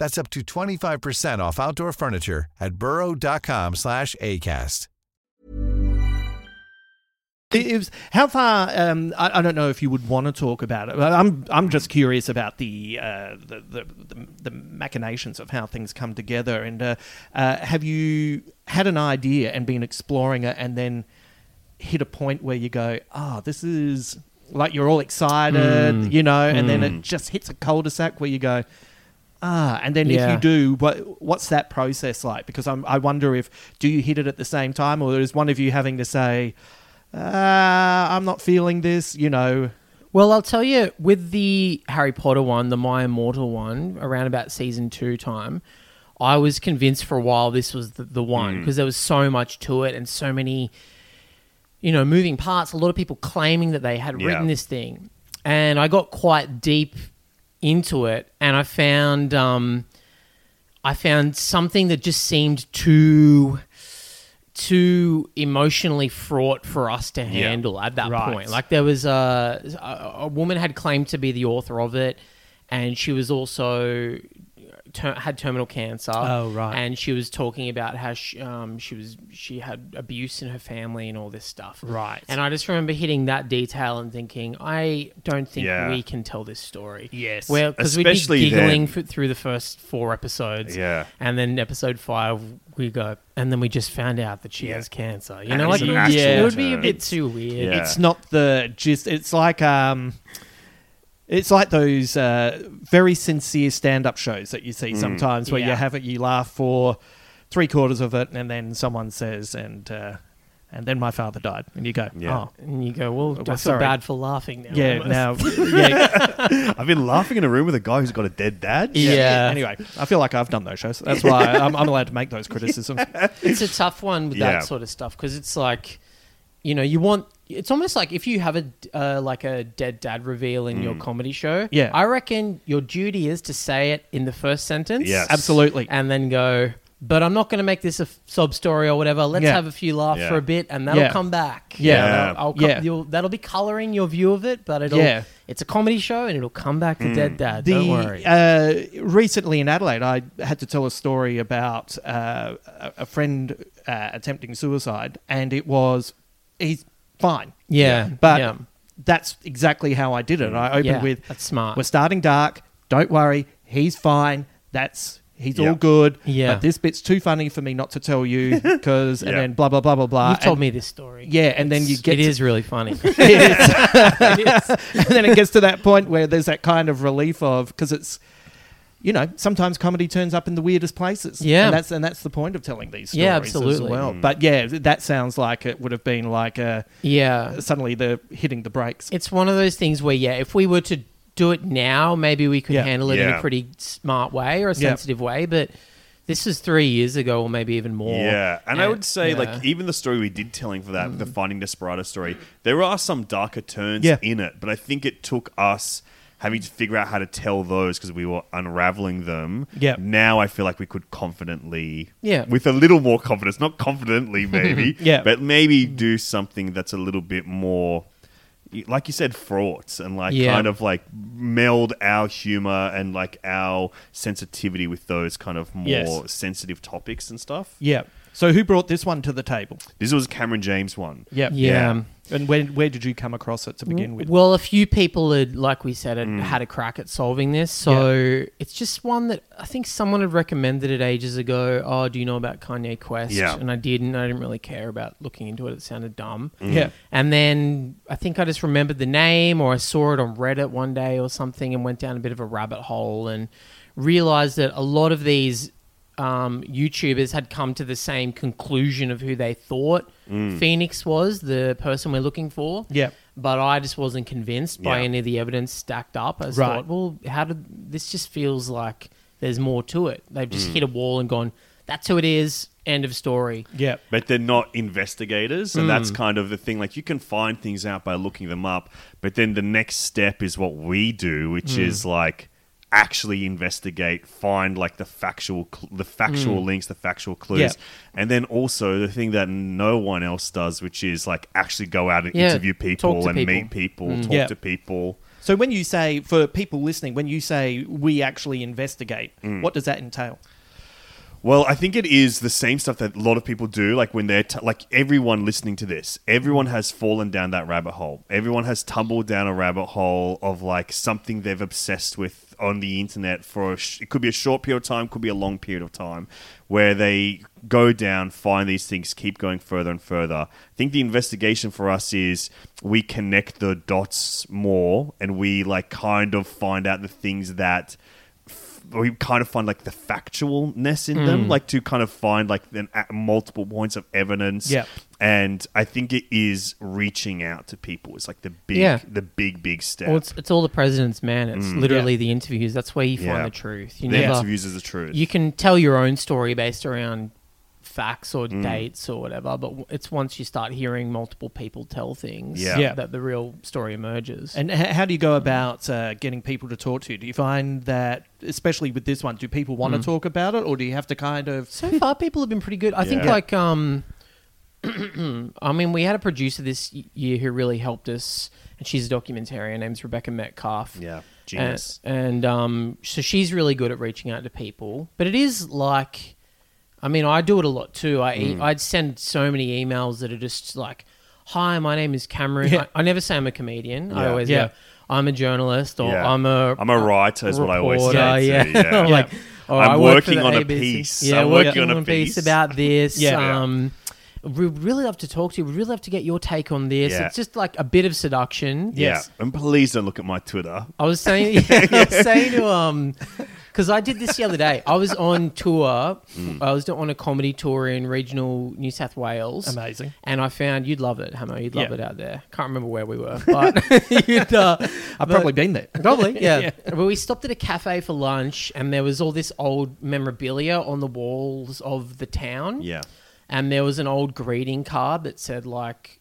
[SPEAKER 5] That's up to 25% off outdoor furniture at burrow.com slash ACAST.
[SPEAKER 1] It, it was, how far? Um, I, I don't know if you would want to talk about it. But I'm I'm just curious about the, uh, the, the the the machinations of how things come together. And uh, uh, have you had an idea and been exploring it, and then hit a point where you go, "Ah, this is like you're all excited, you know," and then it just hits a cul-de-sac where you go. Ah, and then
[SPEAKER 2] Yeah.
[SPEAKER 1] if you do, what what's that process like? Because I'm, I wonder if do you hit it at the same time, or is one of you having to say, uh, I'm not feeling this, you know.
[SPEAKER 2] Well, I'll tell you, with the Harry Potter one, the My Immortal one, around about season two time, I was convinced for a while this was the, the one because there was so much to it and so many, you know, moving parts. A lot of people claiming that they had
[SPEAKER 3] Yeah.
[SPEAKER 2] written this thing. And I got quite deep into it and I found. Um, I found something that just seemed too too emotionally fraught for us to handle at that point. Like there was a, a a woman had claimed to be the author of it, and she was also ter- had terminal cancer.
[SPEAKER 1] Oh, right.
[SPEAKER 2] And she was talking about how she, um, she was she had abuse in her family and all this stuff.
[SPEAKER 1] Right.
[SPEAKER 2] And I just remember hitting that detail and thinking, I don't think
[SPEAKER 3] Yeah.
[SPEAKER 2] we can tell this story.
[SPEAKER 1] Yes.
[SPEAKER 2] Well, because we'd be
[SPEAKER 3] Especially
[SPEAKER 2] giggling
[SPEAKER 3] then.
[SPEAKER 2] f- through the first four episodes.
[SPEAKER 3] Yeah.
[SPEAKER 2] And then episode five, we go, and then we just found out that she has cancer. You
[SPEAKER 3] And
[SPEAKER 2] know,
[SPEAKER 3] it's
[SPEAKER 2] like,
[SPEAKER 3] an
[SPEAKER 2] yeah,
[SPEAKER 3] actual
[SPEAKER 2] it would be a
[SPEAKER 3] term.
[SPEAKER 2] bit too weird.
[SPEAKER 3] Yeah.
[SPEAKER 1] It's not the just. It's like um, it's like those uh, very sincere stand-up shows that you see
[SPEAKER 3] Mm.
[SPEAKER 1] sometimes where you
[SPEAKER 2] Yeah.
[SPEAKER 1] have it, you laugh for three quarters of it, and then someone says, and uh, and then my father died, and you go,
[SPEAKER 3] Yeah.
[SPEAKER 1] oh.
[SPEAKER 2] And you go, well, I feel
[SPEAKER 1] sorry.
[SPEAKER 2] bad for laughing now.
[SPEAKER 1] Yeah,
[SPEAKER 2] almost.
[SPEAKER 1] now, yeah,
[SPEAKER 3] I've been laughing in a room with a guy who's got a dead dad.
[SPEAKER 2] Yeah.
[SPEAKER 1] Anyway, I feel like I've done those shows. That's
[SPEAKER 2] *laughs*
[SPEAKER 1] why I'm, I'm allowed to make those criticisms.
[SPEAKER 2] it's a tough one with
[SPEAKER 3] Yeah.
[SPEAKER 2] that sort of stuff because it's like, you know, you want. It's almost like if you have a uh, like a dead dad reveal in
[SPEAKER 3] Mm.
[SPEAKER 2] your comedy show.
[SPEAKER 1] Yeah.
[SPEAKER 2] I reckon your duty is to say it in the first sentence.
[SPEAKER 3] Yes.
[SPEAKER 1] Absolutely.
[SPEAKER 2] and then go, but I'm not going to make this a f- sob story or whatever. Let's
[SPEAKER 1] Yeah.
[SPEAKER 2] have a few laughs
[SPEAKER 3] Yeah.
[SPEAKER 2] for a bit, and that'll
[SPEAKER 1] Yeah.
[SPEAKER 2] come back.
[SPEAKER 1] Yeah.
[SPEAKER 2] And I'll- I'll come-
[SPEAKER 1] Yeah.
[SPEAKER 2] you'll- that'll be coloring your view of it, but it'll.
[SPEAKER 1] Yeah.
[SPEAKER 2] It's a comedy show, and it'll come back to Dead
[SPEAKER 3] Mm.
[SPEAKER 2] Dad.
[SPEAKER 1] the,
[SPEAKER 2] Don't worry.
[SPEAKER 1] Uh, recently in Adelaide, I had to tell a story about uh, a a friend uh, attempting suicide, and it was he's fine.
[SPEAKER 2] Yeah,
[SPEAKER 1] but
[SPEAKER 2] yeah. Mm.
[SPEAKER 1] that's exactly how I did it. I opened
[SPEAKER 2] Yeah,
[SPEAKER 1] with
[SPEAKER 2] that's smart.
[SPEAKER 1] We're starting dark. Don't worry, he's fine. That's he's
[SPEAKER 3] Yeah.
[SPEAKER 1] all good.
[SPEAKER 2] Yeah.
[SPEAKER 1] but this bit's too funny for me not to tell
[SPEAKER 2] *laughs*
[SPEAKER 1] you because, and
[SPEAKER 3] Yeah.
[SPEAKER 1] then blah blah blah blah blah.
[SPEAKER 2] You've told
[SPEAKER 1] uh, and,
[SPEAKER 2] me this story.
[SPEAKER 1] Yeah, and then you
[SPEAKER 2] It's-
[SPEAKER 1] get
[SPEAKER 2] it
[SPEAKER 1] to-
[SPEAKER 2] is really funny.
[SPEAKER 1] *laughs* and then it gets to that point where there's that kind of relief of because it's you know sometimes comedy turns up in the weirdest places
[SPEAKER 2] Yeah.
[SPEAKER 1] and that's and that's the point of telling these stories
[SPEAKER 2] Yeah,
[SPEAKER 1] as
[SPEAKER 2] absolutely.
[SPEAKER 1] well but yeah th- that sounds like it would have been like a
[SPEAKER 2] *laughs* yeah,
[SPEAKER 1] suddenly they're hitting the brakes
[SPEAKER 2] it's one of those things where yeah, if we were to do it now, maybe we could
[SPEAKER 1] Yeah.
[SPEAKER 2] handle it in
[SPEAKER 3] Yeah.
[SPEAKER 2] a pretty smart way or a
[SPEAKER 1] Yeah.
[SPEAKER 2] sensitive way, but. This is three years ago, or maybe even more.
[SPEAKER 3] Yeah, and I would say
[SPEAKER 2] yeah.
[SPEAKER 3] like even the story we did telling for that, the Finding Desperado story, there are some darker turns
[SPEAKER 1] Mm. Yeah.
[SPEAKER 3] in it, but I think it took us having to figure out how to tell those because we were unraveling them.
[SPEAKER 1] Yeah.
[SPEAKER 3] Now I feel like we could confidently,
[SPEAKER 2] Yeah.
[SPEAKER 3] with a little more confidence,
[SPEAKER 1] *laughs*
[SPEAKER 3] not confidently maybe,
[SPEAKER 1] Yeah.
[SPEAKER 3] but maybe do something that's a little bit more. Like you said, fraught and like
[SPEAKER 2] Yeah.
[SPEAKER 3] kind of like meld our humor and like our sensitivity with those kind of more
[SPEAKER 1] Yes.
[SPEAKER 3] sensitive topics and stuff.
[SPEAKER 1] yeah so who brought this one to the table
[SPEAKER 3] This was Cameron James one.
[SPEAKER 1] yeah
[SPEAKER 2] yeah.
[SPEAKER 3] Yeah.
[SPEAKER 1] and when where did you come across it to begin with
[SPEAKER 2] Well, a few people had, like we said,
[SPEAKER 3] Mm.
[SPEAKER 2] had had a crack at solving this. So it's just one that I think someone had recommended it ages ago. Oh, do you know about Kanye Quest?
[SPEAKER 3] Yeah.
[SPEAKER 2] And I didn't. I didn't really care about looking into it. It sounded dumb.
[SPEAKER 3] Mm.
[SPEAKER 1] yeah
[SPEAKER 2] And then I think I just remembered the name, or I saw it on Reddit one day or something, and went down a bit of a rabbit hole and realized that a lot of these um, YouTubers had come to the same conclusion of who they thought Phoenix was, the person we're looking for.
[SPEAKER 1] Yeah.
[SPEAKER 2] But I just wasn't convinced by
[SPEAKER 3] Yeah.
[SPEAKER 2] any of the evidence stacked up. I just
[SPEAKER 1] Right.
[SPEAKER 2] thought, well, how did this just feels like there's more to it? They've just hit a wall and gone, that's who it is. End of story.
[SPEAKER 1] yeah
[SPEAKER 3] But they're not investigators, and that's kind of the thing. Like you can find things out by looking them up, but then the next step is what we do, which is like actually investigate, find like the factual, cl- the factual links, the factual clues,
[SPEAKER 1] Yeah.
[SPEAKER 3] and then also the thing that no one else does, which is like actually go out and
[SPEAKER 2] Yeah,
[SPEAKER 3] interview
[SPEAKER 2] talk
[SPEAKER 3] people
[SPEAKER 2] to
[SPEAKER 3] and
[SPEAKER 2] people.
[SPEAKER 3] meet people, talk
[SPEAKER 1] Yeah.
[SPEAKER 3] to people.
[SPEAKER 1] So when you say for people listening, when you say we actually investigate, what does that entail?
[SPEAKER 3] Well, I think it is the same stuff that a lot of people do. Like when they're t- like everyone listening to this, everyone has fallen down that rabbit hole. Everyone has tumbled down a rabbit hole of like something they've obsessed with on the internet for a sh- it could be a short period of time, could be a long period of time, where they go down, find these things, keep going further and further. I think the investigation for us is we connect the dots more, and we like kind of find out the things that we kind of find like the factualness in
[SPEAKER 2] Mm.
[SPEAKER 3] them, like to kind of find like then at multiple points of evidence.
[SPEAKER 1] Yeah.
[SPEAKER 3] And I think it is reaching out to people. It's like the big,
[SPEAKER 2] Yeah.
[SPEAKER 3] the big, big step.
[SPEAKER 2] Well, it's, it's all the president's man. It's literally the interviews. That's where you find
[SPEAKER 3] Mm. Yeah.
[SPEAKER 2] the truth. You
[SPEAKER 3] the
[SPEAKER 2] never,
[SPEAKER 3] interviews is the truth.
[SPEAKER 2] you can tell your own story based around facts or
[SPEAKER 3] Mm.
[SPEAKER 2] dates or whatever, but w- it's once you start hearing multiple people tell things
[SPEAKER 3] Yeah.
[SPEAKER 1] Yeah.
[SPEAKER 2] that the real story emerges.
[SPEAKER 1] And h- how do you go about uh, getting people to talk to you? Do you find that, especially with this one, do people want
[SPEAKER 2] Mm.
[SPEAKER 1] to talk about it, or do you have to kind of?
[SPEAKER 2] *laughs* so far, people have been pretty good. I think
[SPEAKER 3] Yeah.
[SPEAKER 2] like um, *clears throat* I mean, we had a producer this y- year who really helped us, and she's a documentarian. Her name's Rebecca Metcalf.
[SPEAKER 3] yeah,
[SPEAKER 2] And-
[SPEAKER 3] genius.
[SPEAKER 2] And, um, so she's really good at reaching out to people. But it is like, I mean, I do it a lot too. I
[SPEAKER 3] Mm.
[SPEAKER 2] e I'd send so many emails that are just like, "Hi, my name is Cameron."
[SPEAKER 1] Yeah.
[SPEAKER 2] I, I never say I'm a comedian. I
[SPEAKER 3] Yeah.
[SPEAKER 2] always
[SPEAKER 1] Yeah.
[SPEAKER 2] go, "I'm a journalist" or
[SPEAKER 3] Yeah.
[SPEAKER 2] "I'm a
[SPEAKER 3] I'm a writer, is what I always say.
[SPEAKER 2] reporter,"
[SPEAKER 3] too.
[SPEAKER 2] Yeah, *laughs*
[SPEAKER 3] yeah.
[SPEAKER 2] like or
[SPEAKER 3] I'm
[SPEAKER 2] I work for
[SPEAKER 3] working
[SPEAKER 2] the
[SPEAKER 3] on a
[SPEAKER 2] ABC.
[SPEAKER 3] piece.
[SPEAKER 2] Yeah,
[SPEAKER 3] I'm
[SPEAKER 2] working,
[SPEAKER 3] working on a
[SPEAKER 2] on a piece,
[SPEAKER 3] piece. *laughs*
[SPEAKER 2] about this.
[SPEAKER 1] Yeah.
[SPEAKER 2] Um, We'd really love to talk to you. We'd really love to get your take on this.
[SPEAKER 3] Yeah.
[SPEAKER 2] It's just like a bit of seduction.
[SPEAKER 3] yeah. And please don't look at my Twitter. *laughs*
[SPEAKER 2] I was saying, *laughs* I was saying to um, because I did this the other day. I was on tour.
[SPEAKER 3] Hmm.
[SPEAKER 2] I was on a comedy tour in regional New South Wales.
[SPEAKER 1] Amazing.
[SPEAKER 2] And I found you'd love it, Hamo. You'd love
[SPEAKER 1] Yeah.
[SPEAKER 2] it out there. Can't remember where
[SPEAKER 3] *laughs*
[SPEAKER 2] we were, but
[SPEAKER 1] *laughs*
[SPEAKER 2] you'd, uh,
[SPEAKER 1] I've *laughs* probably been there.
[SPEAKER 2] Probably, yeah. But we stopped at a cafe for lunch, and there was all this old memorabilia on the walls of the town.
[SPEAKER 3] Yeah.
[SPEAKER 2] And there was an old greeting card that said, like,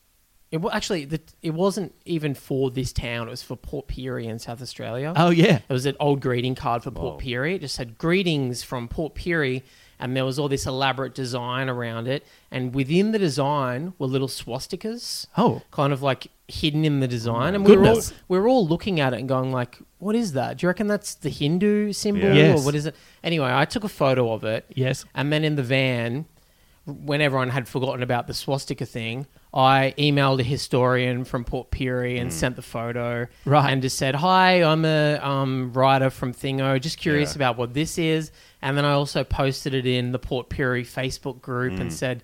[SPEAKER 2] it wa actually, the, it wasn't even for this town. It was for Port Pirie in South Australia.
[SPEAKER 1] Oh yeah.
[SPEAKER 2] It was an old greeting card for Port Pirie. It just said greetings from Port Pirie, and there was all this elaborate design around it. And within the design were little swastikas.
[SPEAKER 1] Oh.
[SPEAKER 2] kind of like hidden in the design. and
[SPEAKER 1] goodness.
[SPEAKER 2] we were all we were all looking at it and going like, "What is that? Do you reckon that's the Hindu symbol
[SPEAKER 3] Yeah.
[SPEAKER 1] Yes.
[SPEAKER 2] or what is it?" Anyway, I took a photo of it.
[SPEAKER 1] Yes.
[SPEAKER 2] And then in the van, when everyone had forgotten about the swastika thing, I emailed a historian from Port Pirie and sent the photo.
[SPEAKER 1] Mm. Right.
[SPEAKER 2] And just said, Hi, I'm a um, writer from Thingo, just curious about what this is. And then I also posted it in the Port Pirie Facebook group and said,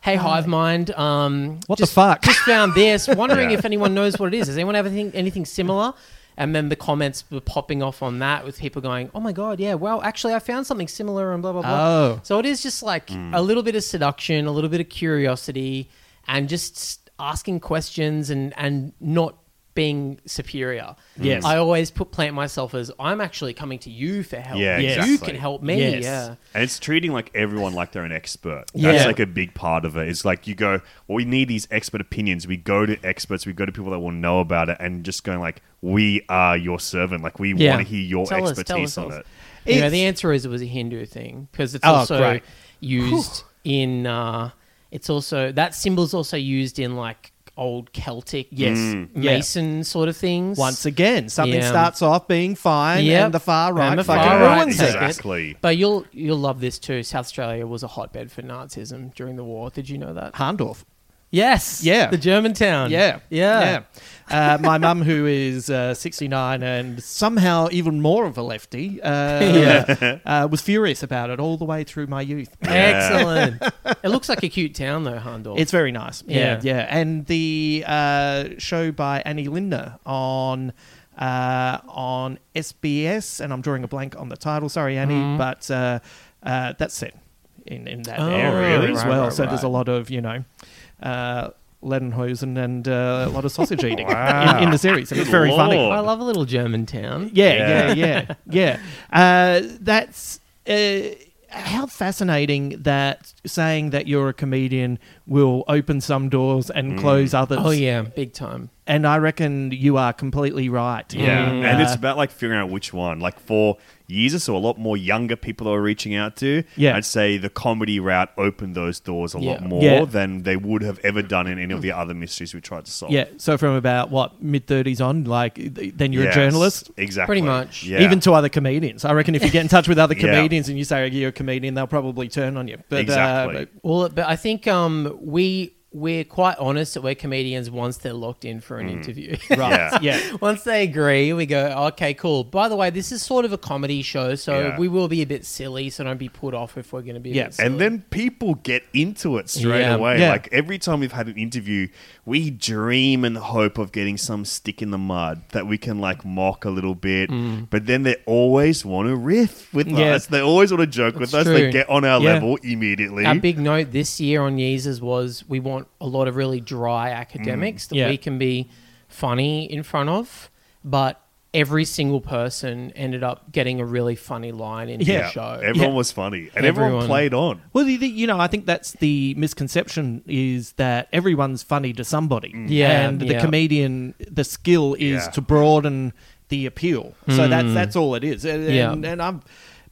[SPEAKER 2] Hey, Hive Mind. Um,
[SPEAKER 1] Mm. What the
[SPEAKER 2] just,
[SPEAKER 1] fuck?
[SPEAKER 2] Just
[SPEAKER 1] *laughs*
[SPEAKER 2] found this. Wondering if anyone knows what it is. Does anyone have anything, anything similar? And then the comments were popping off on that with people going, "Oh my god, yeah, well, actually, I found something similar," and blah blah blah.
[SPEAKER 1] Oh.
[SPEAKER 2] So it is just like
[SPEAKER 3] Hmm.
[SPEAKER 2] a little bit of seduction, a little bit of curiosity, and just s- asking questions and and not being superior.
[SPEAKER 1] Yes.
[SPEAKER 2] I always put plant myself as I'm actually coming to you for help.
[SPEAKER 3] Yeah, Yes.
[SPEAKER 2] you
[SPEAKER 3] exactly.
[SPEAKER 2] can help me.
[SPEAKER 1] Yes.
[SPEAKER 2] Yeah.
[SPEAKER 3] And it's treating like everyone like they're an expert. That's
[SPEAKER 1] Yeah.
[SPEAKER 3] like a big part of it. It's like you go, well, we need these expert opinions. We go to experts. We go to people that will know about it, and just going like, we are your servant. Like we
[SPEAKER 1] Yeah.
[SPEAKER 3] want to hear your
[SPEAKER 2] Tell us,
[SPEAKER 3] expertise
[SPEAKER 2] tell us,
[SPEAKER 3] on
[SPEAKER 2] tell us.
[SPEAKER 3] it.
[SPEAKER 2] You know,
[SPEAKER 1] It's-
[SPEAKER 2] the answer is it was a Hindu thing because it's
[SPEAKER 1] Oh,
[SPEAKER 2] also
[SPEAKER 1] great.
[SPEAKER 2] used in. Uh, it's also that symbol's also used in like old Celtic, yes,
[SPEAKER 3] Hmm.
[SPEAKER 1] Yeah.
[SPEAKER 2] Mason sort of things.
[SPEAKER 1] Once again, something
[SPEAKER 2] Yeah.
[SPEAKER 1] starts off being fine,
[SPEAKER 2] Yep.
[SPEAKER 1] and the far right
[SPEAKER 2] And the
[SPEAKER 1] fucking
[SPEAKER 2] far right
[SPEAKER 1] ruins
[SPEAKER 2] take
[SPEAKER 1] it.
[SPEAKER 2] it.
[SPEAKER 3] Exactly.
[SPEAKER 2] But you'll you'll love this too. South Australia was a hotbed for Nazism during the war. Did you know that?
[SPEAKER 1] Harndorf.
[SPEAKER 2] Yes.
[SPEAKER 1] Yeah.
[SPEAKER 2] The German town.
[SPEAKER 1] Yeah,
[SPEAKER 2] Yeah.
[SPEAKER 1] yeah. Uh, my mum, who is uh, 69 and somehow even more of a lefty,
[SPEAKER 2] *laughs*
[SPEAKER 1] uh, uh, was furious about it all the way through my youth.
[SPEAKER 2] Excellent. *laughs* it looks like a cute town though, Handel.
[SPEAKER 1] It's very nice. Yeah,
[SPEAKER 2] Yeah.
[SPEAKER 1] yeah. And the uh, show by Annie Linder on uh, on SBS, and I'm drawing a blank on the title. Sorry, Annie, but uh, uh, that's set in in that
[SPEAKER 2] Mm-hmm. Oh,
[SPEAKER 1] area
[SPEAKER 2] really?
[SPEAKER 1] as
[SPEAKER 2] Right,
[SPEAKER 1] well.
[SPEAKER 2] right,
[SPEAKER 1] so there's a
[SPEAKER 2] right.
[SPEAKER 1] lot of you know. Uh, Lederhosen and uh, a lot
[SPEAKER 2] *laughs*
[SPEAKER 1] of sausage eating in, in the series, and it's very funny.
[SPEAKER 3] lord.
[SPEAKER 2] I love a little German town.
[SPEAKER 1] Yeah, yeah,
[SPEAKER 3] *laughs*
[SPEAKER 1] yeah, yeah. Uh, that's uh, how fascinating that
[SPEAKER 3] Mm.
[SPEAKER 1] saying that you're a comedian will open some doors and close others.
[SPEAKER 2] Oh yeah, big time.
[SPEAKER 1] and I reckon you are completely right.
[SPEAKER 3] Yeah,
[SPEAKER 1] in,
[SPEAKER 3] and
[SPEAKER 1] uh,
[SPEAKER 3] it's about like figuring out which one. Like for years or so, a lot more younger people are reaching out to.
[SPEAKER 1] Yeah.
[SPEAKER 3] I'd say the comedy route opened those doors a lot
[SPEAKER 2] Yeah.
[SPEAKER 3] more
[SPEAKER 1] Yeah.
[SPEAKER 3] than they would have ever done in any of the other mysteries we tried to solve.
[SPEAKER 1] yeah. So from about what mid thirties on, like th- then you're a
[SPEAKER 3] Yes,
[SPEAKER 1] journalist.
[SPEAKER 3] exactly.
[SPEAKER 2] Pretty much.
[SPEAKER 3] Yeah.
[SPEAKER 1] Even to other comedians, I reckon if you get in touch with other
[SPEAKER 3] *laughs* Yeah.
[SPEAKER 1] comedians and you say you're a comedian, they'll probably turn on you. But,
[SPEAKER 3] Exactly.
[SPEAKER 1] Uh, but
[SPEAKER 2] Well, but I think um, we we're quite honest that we're comedians once they're locked in for
[SPEAKER 3] Hmm.
[SPEAKER 2] an
[SPEAKER 1] *laughs*
[SPEAKER 2] interview. Right.
[SPEAKER 3] yeah.
[SPEAKER 1] yeah,
[SPEAKER 2] Once they agree, we go, okay, cool. By the way, this is sort of a comedy show, so
[SPEAKER 3] Yeah.
[SPEAKER 2] we will be a bit silly, so don't be put off if we're going to be a
[SPEAKER 1] Yeah.
[SPEAKER 2] bit silly.
[SPEAKER 3] And then people get into it straight
[SPEAKER 2] Yeah.
[SPEAKER 3] away.
[SPEAKER 1] Yeah.
[SPEAKER 3] Like every time we've had an interview, we dream and hope of getting some stick in the mud that we can like mock a little bit. But then they always want to riff with
[SPEAKER 1] Mm. Yeah.
[SPEAKER 3] us. They always want to joke with
[SPEAKER 2] That's
[SPEAKER 3] us. They
[SPEAKER 2] true.
[SPEAKER 3] get on our
[SPEAKER 1] Yeah.
[SPEAKER 3] level immediately.
[SPEAKER 2] Our big note this year on Yeezers was we want a lot of really dry academics that
[SPEAKER 1] Mm. Yeah.
[SPEAKER 2] we can be funny in front of, but every single person ended up getting a really funny line in
[SPEAKER 1] Yeah.
[SPEAKER 2] the show.
[SPEAKER 3] Everyone
[SPEAKER 1] Yeah.
[SPEAKER 3] was funny and everyone
[SPEAKER 2] Everyone.
[SPEAKER 3] played on.
[SPEAKER 1] Well, the, the, you know, I think that's the misconception is that everyone's funny to somebody.
[SPEAKER 2] Mm. Yeah,
[SPEAKER 1] And the
[SPEAKER 2] yeah.
[SPEAKER 1] comedian, the skill is
[SPEAKER 3] Yeah.
[SPEAKER 1] to broaden the appeal. So that's that's all it is. And,
[SPEAKER 2] Mm. Yeah.
[SPEAKER 1] and, and I'm,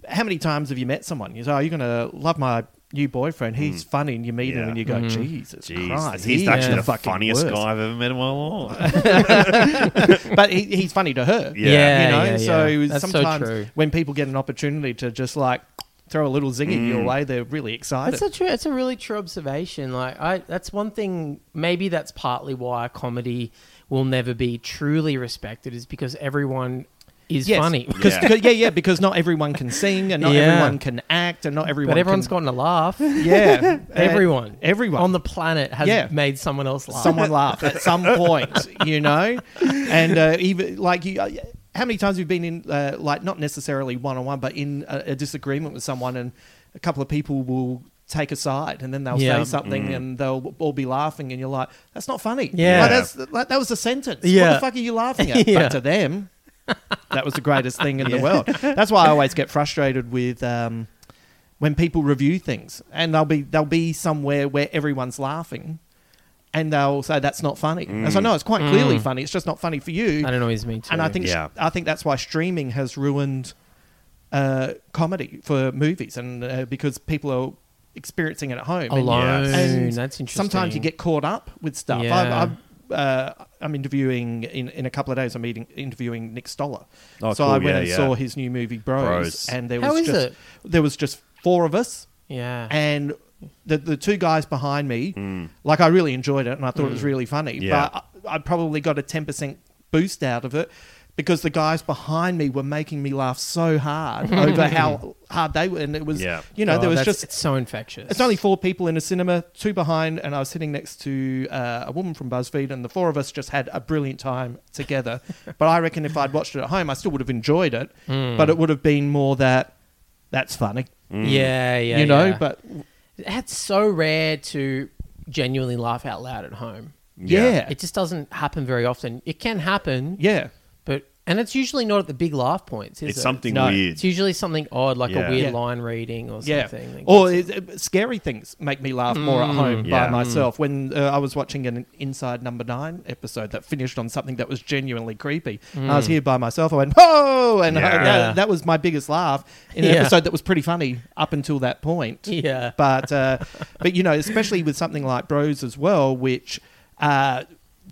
[SPEAKER 1] how many times have you met someone? You say, oh, you're going to love my new boyfriend. He's funny. And you meet him
[SPEAKER 3] Mm. Yeah.
[SPEAKER 1] and you go,
[SPEAKER 2] Mm-hmm.
[SPEAKER 1] Jesus
[SPEAKER 3] Jeez,
[SPEAKER 1] Christ.
[SPEAKER 3] he's
[SPEAKER 1] he is
[SPEAKER 3] actually the,
[SPEAKER 1] fucking
[SPEAKER 3] funniest
[SPEAKER 1] worst."
[SPEAKER 3] guy I've ever met in
[SPEAKER 1] *laughs*
[SPEAKER 3] my life.
[SPEAKER 2] *laughs*
[SPEAKER 1] But he, he's funny to her.
[SPEAKER 3] Yeah.
[SPEAKER 1] You know,
[SPEAKER 2] yeah,
[SPEAKER 1] so
[SPEAKER 2] yeah. That's so
[SPEAKER 1] sometimes
[SPEAKER 2] true.
[SPEAKER 1] when people get an opportunity to just like throw a little ziggy your
[SPEAKER 3] Mm.
[SPEAKER 1] way, they're really excited.
[SPEAKER 2] That's a true. That's a really true observation. Like, I that's one thing. Maybe that's partly why comedy will never be truly respected is because everyone is funny.
[SPEAKER 1] Because
[SPEAKER 3] Yeah.
[SPEAKER 1] yeah. yeah, because not everyone can sing, and not
[SPEAKER 2] Yeah.
[SPEAKER 1] everyone can act, and not everyone.
[SPEAKER 2] But everyone's
[SPEAKER 1] can,
[SPEAKER 2] *laughs* gotten a laugh.
[SPEAKER 1] *laughs* yeah,
[SPEAKER 2] *laughs* Everyone,
[SPEAKER 1] everyone
[SPEAKER 2] on the planet has
[SPEAKER 1] Yeah.
[SPEAKER 2] made someone else laugh.
[SPEAKER 1] someone laugh at some point, you know, and uh, even like you. Uh, how many times you've been in, uh, like, not necessarily one on one, but in a, a disagreement with someone, and a couple of people will take a side, and then they'll say
[SPEAKER 2] Yeah.
[SPEAKER 1] something, and they'll all be laughing, and you're like, "That's not funny."
[SPEAKER 2] Yeah.
[SPEAKER 1] Like, that's, like, that was a sentence. What
[SPEAKER 2] Yeah.
[SPEAKER 1] the fuck are you laughing
[SPEAKER 2] *laughs*
[SPEAKER 1] at?
[SPEAKER 2] Yeah.
[SPEAKER 1] But to them, that was the greatest thing
[SPEAKER 2] *laughs*
[SPEAKER 1] in the world. That's why I always get frustrated with um, when people review things, and they'll be they'll be somewhere where everyone's laughing, and they'll say that's not funny. And so no, it's quite clearly funny. It's just not funny for you.
[SPEAKER 2] *laughs* That annoys me too.
[SPEAKER 1] And I think
[SPEAKER 3] Yeah.
[SPEAKER 1] I think that's why streaming has ruined uh, comedy for movies, and uh, because people are experiencing it at home And-
[SPEAKER 2] alone.
[SPEAKER 3] Yes.
[SPEAKER 1] and
[SPEAKER 2] That's interesting.
[SPEAKER 1] Sometimes you get caught up with stuff.
[SPEAKER 2] Yeah.
[SPEAKER 1] I'm, I'm, uh, I'm interviewing in, in a couple of days. I'm meeting, interviewing Nick Stoller.
[SPEAKER 3] Oh,
[SPEAKER 1] so
[SPEAKER 3] cool.
[SPEAKER 1] I went
[SPEAKER 3] Yeah,
[SPEAKER 1] and
[SPEAKER 3] yeah.
[SPEAKER 1] saw his new movie Bros,
[SPEAKER 3] Bros.
[SPEAKER 1] and there was
[SPEAKER 2] How is
[SPEAKER 1] just
[SPEAKER 2] it?
[SPEAKER 1] there was just four of us,
[SPEAKER 2] yeah.
[SPEAKER 1] and the the two guys behind me. Like I really enjoyed it, and I thought it was really funny.
[SPEAKER 3] Hmm. Yeah.
[SPEAKER 1] But I, I probably got a ten percent boost out of it. Because the guys behind me were making me laugh so
[SPEAKER 3] *laughs*
[SPEAKER 1] hard over how hard they were, and it was,
[SPEAKER 3] Yeah.
[SPEAKER 1] you know,
[SPEAKER 2] Oh,
[SPEAKER 1] there was
[SPEAKER 2] that's-
[SPEAKER 1] just
[SPEAKER 2] it's so infectious.
[SPEAKER 1] it's only four people in a cinema, two behind, and I was sitting next to uh, a woman from BuzzFeed, and the four of us just had a brilliant time
[SPEAKER 2] *laughs*
[SPEAKER 1] together. but I reckon if I'd watched it at home, I still would have enjoyed it,
[SPEAKER 2] Hmm.
[SPEAKER 1] but it would have been more that that's funny,
[SPEAKER 2] yeah, yeah.
[SPEAKER 1] you know.
[SPEAKER 2] yeah.
[SPEAKER 1] But
[SPEAKER 2] that's so rare to genuinely laugh out loud at home.
[SPEAKER 1] yeah, yeah,
[SPEAKER 2] It just doesn't happen very often. It can happen,
[SPEAKER 1] yeah.
[SPEAKER 2] but and it's usually not at the big laugh points. Is
[SPEAKER 3] It's
[SPEAKER 2] it?
[SPEAKER 3] something
[SPEAKER 1] No.
[SPEAKER 3] weird.
[SPEAKER 2] It's usually something odd, like
[SPEAKER 3] Yeah.
[SPEAKER 2] a weird
[SPEAKER 1] Yeah.
[SPEAKER 2] line reading or something. that
[SPEAKER 1] Or
[SPEAKER 2] gets- Hmm,
[SPEAKER 1] it, it- scary things make me laugh more at home
[SPEAKER 3] Yeah.
[SPEAKER 1] by myself. When uh, I was watching an Inside Number Nine episode that finished on something that was genuinely creepy, and
[SPEAKER 2] Hmm.
[SPEAKER 1] I was here by myself. I went, *laughs* "Oh!" and I-
[SPEAKER 3] Yeah.
[SPEAKER 1] that, that was my biggest laugh in an
[SPEAKER 2] Yeah.
[SPEAKER 1] episode that was pretty funny up until that point.
[SPEAKER 2] *laughs* Yeah.
[SPEAKER 1] but uh, but you know, especially with something like Bros as well, which. Uh,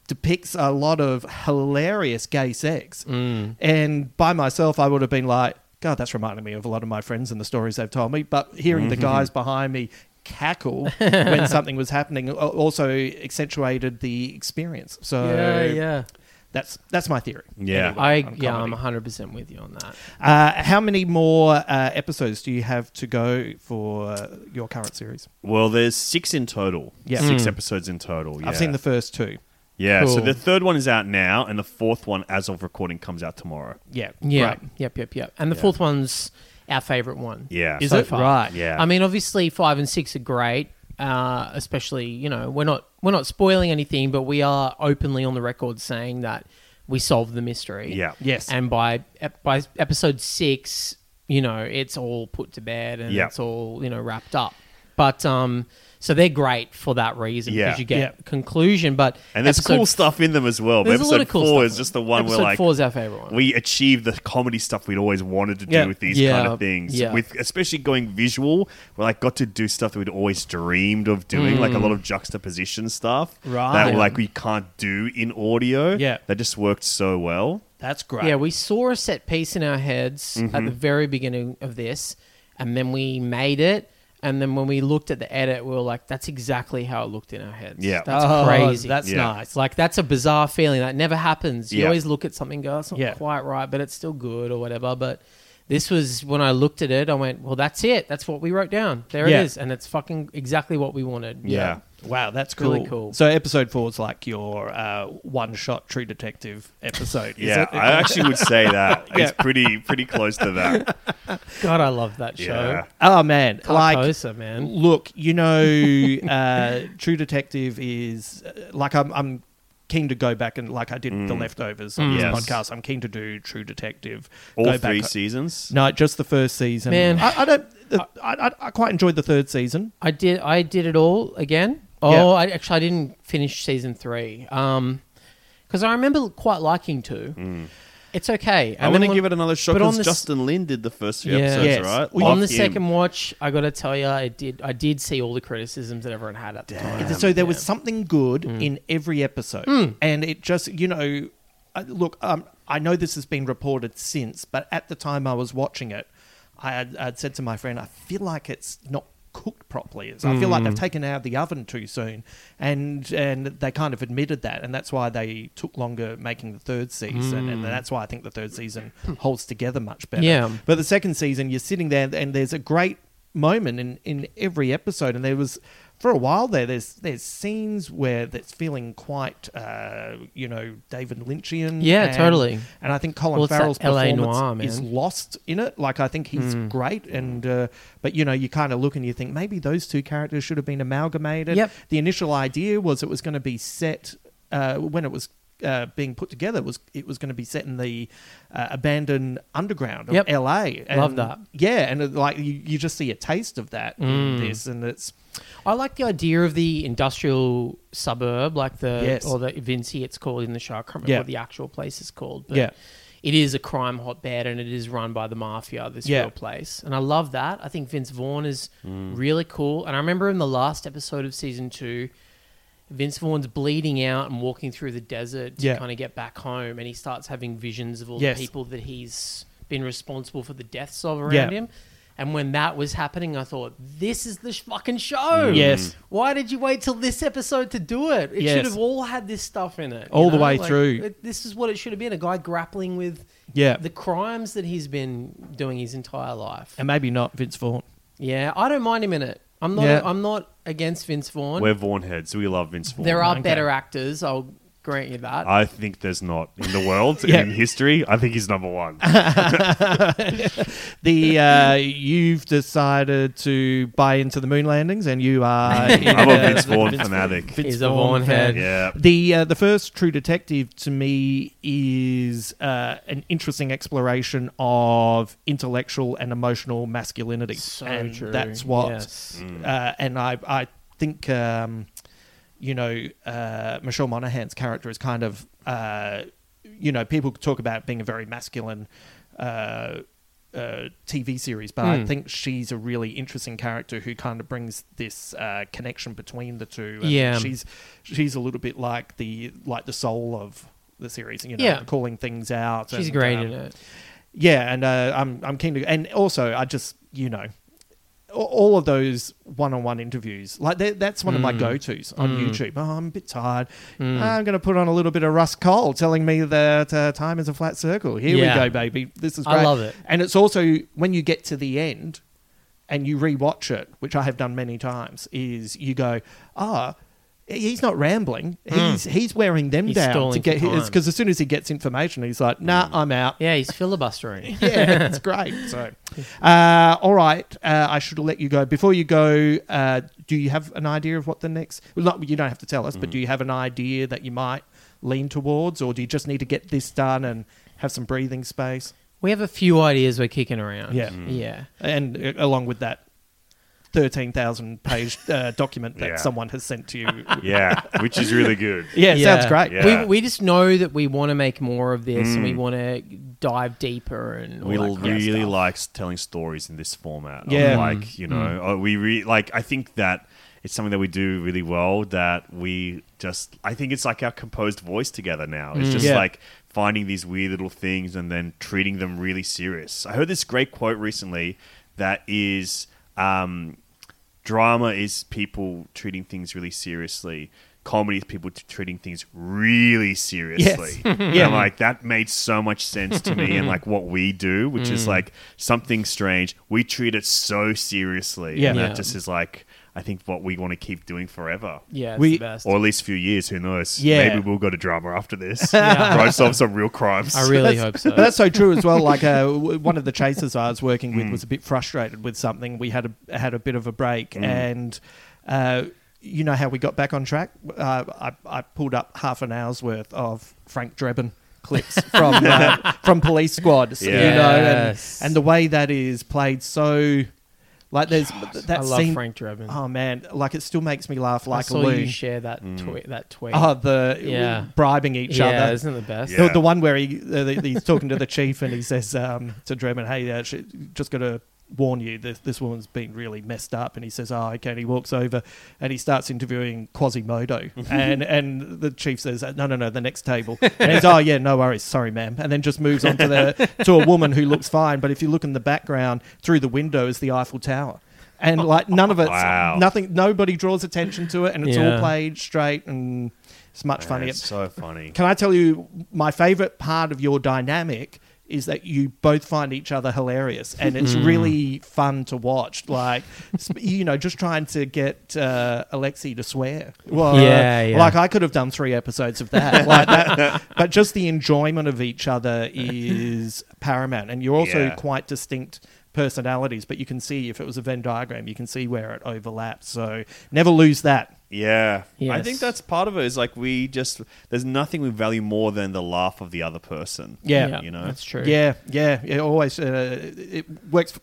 [SPEAKER 1] depicts a lot of hilarious gay sex.
[SPEAKER 2] Mm.
[SPEAKER 1] And by myself, I would have been like, God, that's reminding me of a lot of my friends and the stories they've told me. But hearing the
[SPEAKER 2] *laughs*
[SPEAKER 1] guys behind me cackle when something was happening al- also accentuated the experience. So
[SPEAKER 2] yeah, yeah.
[SPEAKER 1] that's that's my theory.
[SPEAKER 3] Yeah.
[SPEAKER 2] I
[SPEAKER 1] on
[SPEAKER 2] yeah, I'm
[SPEAKER 1] comedy.
[SPEAKER 2] 100 percent with you on that.
[SPEAKER 1] Uh, how many more uh, episodes do you have to go for uh, your current series?
[SPEAKER 3] Well, there's six in total.
[SPEAKER 1] Yeah. Mm.
[SPEAKER 3] Six episodes in total.
[SPEAKER 1] I've
[SPEAKER 3] yeah.
[SPEAKER 1] seen the first two.
[SPEAKER 3] Yeah, so
[SPEAKER 2] Cool.
[SPEAKER 3] the third one is out now, and the fourth one, as of recording, comes out tomorrow.
[SPEAKER 1] Yeah,
[SPEAKER 2] Yeah,
[SPEAKER 1] right.
[SPEAKER 2] yep, yep, yep. And the fourth one's our favorite one.
[SPEAKER 3] Yeah.
[SPEAKER 1] Is
[SPEAKER 2] so
[SPEAKER 1] it?
[SPEAKER 2] far.
[SPEAKER 1] Right.
[SPEAKER 3] Yeah.
[SPEAKER 2] I mean, obviously, five and six are great. Uh, especially, you know, we're not we're not spoiling anything, but we are openly on the record saying that we solved the mystery.
[SPEAKER 3] Yeah.
[SPEAKER 1] Yes.
[SPEAKER 2] And by ep- by episode six, you know, it's all put to bed and
[SPEAKER 3] Yeah.
[SPEAKER 2] it's all you know wrapped up. But um, so they're great for that reason
[SPEAKER 3] Yeah.
[SPEAKER 2] because you get
[SPEAKER 1] Yeah.
[SPEAKER 2] conclusion. But
[SPEAKER 3] And there's
[SPEAKER 2] episode-
[SPEAKER 3] cool stuff in them as well. But
[SPEAKER 2] There's a lot
[SPEAKER 3] episode
[SPEAKER 2] of cool
[SPEAKER 3] four
[SPEAKER 2] stuff.
[SPEAKER 3] is just the one
[SPEAKER 2] episode
[SPEAKER 3] where like
[SPEAKER 2] four is our favorite one.
[SPEAKER 3] we achieved the comedy stuff we'd always wanted to do
[SPEAKER 1] Yeah.
[SPEAKER 3] with these
[SPEAKER 2] Yeah.
[SPEAKER 3] kind of things.
[SPEAKER 2] Yeah.
[SPEAKER 3] With especially going visual, we like got to do stuff that we'd always dreamed of doing,
[SPEAKER 2] Mm.
[SPEAKER 3] like a lot of juxtaposition stuff.
[SPEAKER 1] Right.
[SPEAKER 3] That like we can't do in audio.
[SPEAKER 1] Yeah.
[SPEAKER 3] That just worked so well.
[SPEAKER 1] That's great.
[SPEAKER 2] Yeah, we saw a set piece in our heads
[SPEAKER 3] Mm-hmm.
[SPEAKER 2] at the very beginning of this, and then we made it. And then when we looked at the edit, we were like, "That's exactly how it looked in our heads."
[SPEAKER 3] Yeah.
[SPEAKER 2] that's
[SPEAKER 1] Oh,
[SPEAKER 2] crazy.
[SPEAKER 1] that's Yeah. nice.
[SPEAKER 2] Like that's a bizarre feeling. That never happens. You
[SPEAKER 3] Yeah.
[SPEAKER 2] always look at something, and go, "That's not
[SPEAKER 1] Yeah.
[SPEAKER 2] quite right," but it's still good or whatever. But this was when I looked at it, I went, "Well, that's it. That's what we wrote down. There
[SPEAKER 1] Yeah.
[SPEAKER 2] it is, and it's fucking exactly what we wanted."
[SPEAKER 3] Yeah.
[SPEAKER 1] Wow, that's cool.
[SPEAKER 2] Really cool.
[SPEAKER 1] So episode four is like your uh, one-shot True Detective episode. is
[SPEAKER 3] Yeah.
[SPEAKER 1] it?
[SPEAKER 3] I actually would say
[SPEAKER 2] *laughs*
[SPEAKER 3] that.
[SPEAKER 1] Yeah.
[SPEAKER 3] It's pretty pretty close to that.
[SPEAKER 2] God, I love that
[SPEAKER 3] Yeah.
[SPEAKER 2] show.
[SPEAKER 1] oh man, like
[SPEAKER 2] Carcosa, man.
[SPEAKER 1] look, you
[SPEAKER 3] *laughs*
[SPEAKER 1] know, uh, True Detective is uh, like I'm. I'm keen to go back and like I did the leftovers on this
[SPEAKER 3] Mm. Yes.
[SPEAKER 1] podcast. I'm keen to do True Detective.
[SPEAKER 3] All
[SPEAKER 1] go
[SPEAKER 3] three
[SPEAKER 1] back.
[SPEAKER 3] seasons.
[SPEAKER 1] No, just the first season.
[SPEAKER 2] Man.
[SPEAKER 1] I, I don't. The, I, I, I quite enjoyed the third season.
[SPEAKER 2] I did. I did it all again. Oh,
[SPEAKER 1] Yeah.
[SPEAKER 2] I actually I didn't finish season three. Um, because I remember quite liking two. It's okay.
[SPEAKER 3] Mm. I want to give it another shot
[SPEAKER 2] but on
[SPEAKER 3] because
[SPEAKER 2] the s-
[SPEAKER 3] Justin Lin did the first few
[SPEAKER 2] Yeah.
[SPEAKER 3] episodes,
[SPEAKER 1] Yes.
[SPEAKER 3] right?
[SPEAKER 1] Well,
[SPEAKER 3] Love
[SPEAKER 2] on the
[SPEAKER 3] him.
[SPEAKER 2] second watch, I got to tell you, I did. I did see all the criticisms that everyone had at the time.
[SPEAKER 1] so there was something good
[SPEAKER 2] Mm.
[SPEAKER 1] in every episode, and it just you know, I- look, um, I know this has been reported since, but at the time I was watching it, I had I'd said to my friend, I feel like it's not cooked properly. It's- I feel like
[SPEAKER 2] Mm.
[SPEAKER 1] they've taken it out of the oven too soon, and and they kind of admitted that, and that's why they took longer making the third season, and that's why I think the third season holds together much better.
[SPEAKER 2] Mm. Yeah.
[SPEAKER 1] But the second season, you're sitting there, and there's a great moment in, in every episode. And there was, for a while there, there's there's scenes where that's feeling quite, uh, you know, David Lynchian.
[SPEAKER 2] Yeah,
[SPEAKER 1] and-
[SPEAKER 2] totally.
[SPEAKER 1] And I think Colin
[SPEAKER 2] Well, it's that
[SPEAKER 1] Farrell's
[SPEAKER 2] LA
[SPEAKER 1] performance
[SPEAKER 2] noir, man. Hmm.
[SPEAKER 1] is lost in it. Like I think he's great, and uh, but you know, you kind of look and you think maybe those two characters should have been amalgamated.
[SPEAKER 2] Yep.
[SPEAKER 1] The initial idea was it was going to be set uh, when it was. Uh, being put together was it was going to be set in the uh, abandoned underground of
[SPEAKER 2] Yep.
[SPEAKER 1] LA. And
[SPEAKER 2] Love that.
[SPEAKER 1] Yeah, and it, like you, you just see a taste of that in this, and it's
[SPEAKER 2] I like the idea of the industrial suburb, like the
[SPEAKER 1] Yes.
[SPEAKER 2] or the Vinci it's called in the show. I can't remember
[SPEAKER 1] Yeah.
[SPEAKER 2] what the actual place is called, but
[SPEAKER 1] Yeah.
[SPEAKER 2] it is a crime hotbed and it is run by the mafia. This
[SPEAKER 1] Yeah. Mm.
[SPEAKER 2] real place, and I love that. I think Vince Vaughn is really cool, and I remember in the last episode of season two. Vince Vaughn's bleeding out and walking through the desert to
[SPEAKER 1] Yeah.
[SPEAKER 2] kind of get back home, and he starts having visions of all
[SPEAKER 1] Yes.
[SPEAKER 2] the people that he's been responsible for the deaths of around
[SPEAKER 1] Yeah.
[SPEAKER 2] him. And when that was happening, I thought, "This is the sh- fucking show."
[SPEAKER 1] Yes.
[SPEAKER 2] Why did you wait till this episode to do it? It
[SPEAKER 1] Yes.
[SPEAKER 2] should have all had this stuff in it you
[SPEAKER 1] All the way through.
[SPEAKER 2] it- this is what it should have been: a guy grappling with
[SPEAKER 1] Yeah.
[SPEAKER 2] the crimes that he's been doing his entire life.
[SPEAKER 1] and maybe not Vince Vaughn.
[SPEAKER 2] Yeah, I don't mind him in it. I'm not.
[SPEAKER 1] Yeah.
[SPEAKER 2] I'm not against Vince Vaughn.
[SPEAKER 3] We're Vaughn heads. We love Vince Vaughn.
[SPEAKER 2] there are better actors. I'll grant you that.
[SPEAKER 3] I think there's not in the world
[SPEAKER 2] *laughs*
[SPEAKER 1] Yeah.
[SPEAKER 3] in history. I think he's number one.
[SPEAKER 1] The uh, you've decided to buy into the moon landings, and you are.
[SPEAKER 3] *laughs* I'm a
[SPEAKER 1] uh,
[SPEAKER 3] Vince
[SPEAKER 1] the-
[SPEAKER 3] Vaughn
[SPEAKER 1] Vince-
[SPEAKER 3] fanatic.
[SPEAKER 2] He's a Vaughn head.
[SPEAKER 3] Yeah.
[SPEAKER 1] The uh, the first True Detective to me is uh, an interesting exploration of intellectual and emotional masculinity,
[SPEAKER 2] So
[SPEAKER 1] and
[SPEAKER 2] true,
[SPEAKER 1] that's what.
[SPEAKER 2] yes.
[SPEAKER 1] Uh, and I I think um, you know uh, Michelle Monaghan's character is kind of uh, you know people talk about being a very masculine. Uh, uh, TV series, but
[SPEAKER 2] Hmm.
[SPEAKER 1] I think she's a really interesting character who kind of brings this uh, connection between the two. and
[SPEAKER 2] Yeah.
[SPEAKER 1] she's she's a little bit like the like the soul of the series, you know,
[SPEAKER 2] Yeah.
[SPEAKER 1] calling things out.
[SPEAKER 2] She's
[SPEAKER 1] and,
[SPEAKER 2] great
[SPEAKER 1] um,
[SPEAKER 2] in it.
[SPEAKER 1] Yeah, and uh, I'm I'm keen to, and also I just you know, a- all of those one-on-one interviews, like that- that's one of
[SPEAKER 2] Mm.
[SPEAKER 1] my go-tos on YouTube. Oh, I'm a bit tired. I'm going to put on a little bit of Russ Cole telling me that uh, time is a flat circle. Here
[SPEAKER 2] Yeah.
[SPEAKER 1] we go, baby. This is
[SPEAKER 2] I
[SPEAKER 1] great.
[SPEAKER 2] love it.
[SPEAKER 1] And it's also when you get to the end and you rewatch it, which I have done many times, is you go, ah, he's not rambling. He's he's wearing them
[SPEAKER 2] Mm. He's
[SPEAKER 1] down to
[SPEAKER 2] stalling for
[SPEAKER 1] get
[SPEAKER 2] time. Mm.
[SPEAKER 1] because as soon as he gets information, he's like, nah, I'm out.
[SPEAKER 2] Yeah, he's
[SPEAKER 1] *laughs*
[SPEAKER 2] filibustering.
[SPEAKER 1] Yeah, it's great.
[SPEAKER 3] *laughs*
[SPEAKER 1] So, uh, all right, uh, I should let you go. Before you go, uh, do you have an idea of what the next? Well, not you don't have to tell
[SPEAKER 3] Mm.
[SPEAKER 1] us, but do you have an idea that you might lean towards, or do you just need to get this done and have some breathing space? Hmm.
[SPEAKER 2] we have a few ideas we're kicking around.
[SPEAKER 1] Yeah.
[SPEAKER 2] Yeah.
[SPEAKER 1] And uh, along with that, 13,000 page uh, document that
[SPEAKER 3] Yeah.
[SPEAKER 1] someone has sent to you.
[SPEAKER 3] *laughs* Yeah, which is really good.
[SPEAKER 1] Yeah, sounds great.
[SPEAKER 3] Yeah. Mm.
[SPEAKER 2] We, we just know that we want to make more of this and we want to dive deeper and all
[SPEAKER 3] We
[SPEAKER 2] that kind of
[SPEAKER 3] really
[SPEAKER 2] stuff.
[SPEAKER 3] like s- telling stories in this format.
[SPEAKER 1] Yeah. Mm.
[SPEAKER 3] Yeah, like you know, uh, we re- like. I think that it's something that we do really well. That we just, I think it's like our composed voice together now. It's just
[SPEAKER 1] Mm. Yeah.
[SPEAKER 3] like finding these weird little things and then treating them really serious. I heard this great quote recently that is, um, drama is people treating things really seriously. Comedy is people t- treating things really seriously.
[SPEAKER 1] *laughs*
[SPEAKER 3] And I'm like that made so much sense to me, and like what we do, which
[SPEAKER 1] Mm.
[SPEAKER 3] is like something strange. We treat it so seriously,
[SPEAKER 1] Yeah.
[SPEAKER 3] and that
[SPEAKER 2] Yeah.
[SPEAKER 3] just is like I think what we want to keep doing forever.
[SPEAKER 2] Yeah, it's
[SPEAKER 1] We-
[SPEAKER 2] the best.
[SPEAKER 3] Or at least a few years, who knows?
[SPEAKER 1] Yeah.
[SPEAKER 3] Maybe we'll go to drama
[SPEAKER 1] *laughs*
[SPEAKER 3] after this. *laughs* Try to solve some real crimes.
[SPEAKER 2] I really *laughs* hope so.
[SPEAKER 1] But that's so true as well. Like uh, w- one of the chasers I was working with was a bit frustrated with something. We had a had a bit of a break, and uh, you know how we got back on track. Uh, I, I pulled up half an hour's worth of Frank Drebin clips from uh, from Police Squad. so, You know, and,
[SPEAKER 2] Yes.
[SPEAKER 1] and the way that is played so. Like there's that
[SPEAKER 2] I love
[SPEAKER 1] scene-
[SPEAKER 2] Frank Drebin.
[SPEAKER 1] Oh man, like it still makes me laugh
[SPEAKER 2] I
[SPEAKER 1] like a
[SPEAKER 2] saw
[SPEAKER 1] loon.
[SPEAKER 2] you share that
[SPEAKER 3] Mm.
[SPEAKER 2] tweet. That tweet.
[SPEAKER 1] Oh, the
[SPEAKER 2] Yeah.
[SPEAKER 1] bribing each
[SPEAKER 2] yeah,
[SPEAKER 1] other.
[SPEAKER 2] isn't it the best?
[SPEAKER 3] Yeah.
[SPEAKER 1] The, the one where he uh, the- he's talking to the chief and he says um, to Drummond, "Hey, uh, she, just got to warn you, this, this woman's been really messed up." And he says, "Oh, okay." And he walks over and he starts interviewing Quasimodo, and and the chief says, uh, "No, no, no, the next table." And he's, "Oh, yeah, no worries, sorry, ma'am." And then just moves on to the to a woman who looks fine, but if you look in the background through the window is the Eiffel Tower. And like none of it's
[SPEAKER 3] Wow.
[SPEAKER 1] nothing. Nobody draws attention to it, and it's all
[SPEAKER 2] Yeah.
[SPEAKER 1] played straight, and it's much
[SPEAKER 3] Man,
[SPEAKER 1] funnier.
[SPEAKER 3] it's so funny.
[SPEAKER 1] Can I tell you my favorite part of your dynamic is that you both find each other hilarious and it's
[SPEAKER 2] Mm.
[SPEAKER 1] really fun to watch. Like, sp- *laughs* you know, just trying to get uh, Alexi to swear. Well, uh,
[SPEAKER 2] Yeah, yeah.
[SPEAKER 1] Like, I could have done three episodes of that. *laughs* Like that but just the enjoyment of each other is paramount. And you're also
[SPEAKER 3] Yeah.
[SPEAKER 1] quite distinct personalities, but you can see if it was a Venn diagram, you can see where it overlaps. So never lose that.
[SPEAKER 3] Yeah. I
[SPEAKER 2] Yes.
[SPEAKER 3] think that's part of it is like we just there's nothing we value more than the laugh of the other person.
[SPEAKER 1] Yeah.
[SPEAKER 3] You know.
[SPEAKER 2] that's true.
[SPEAKER 1] Yeah, yeah, it always uh, it works.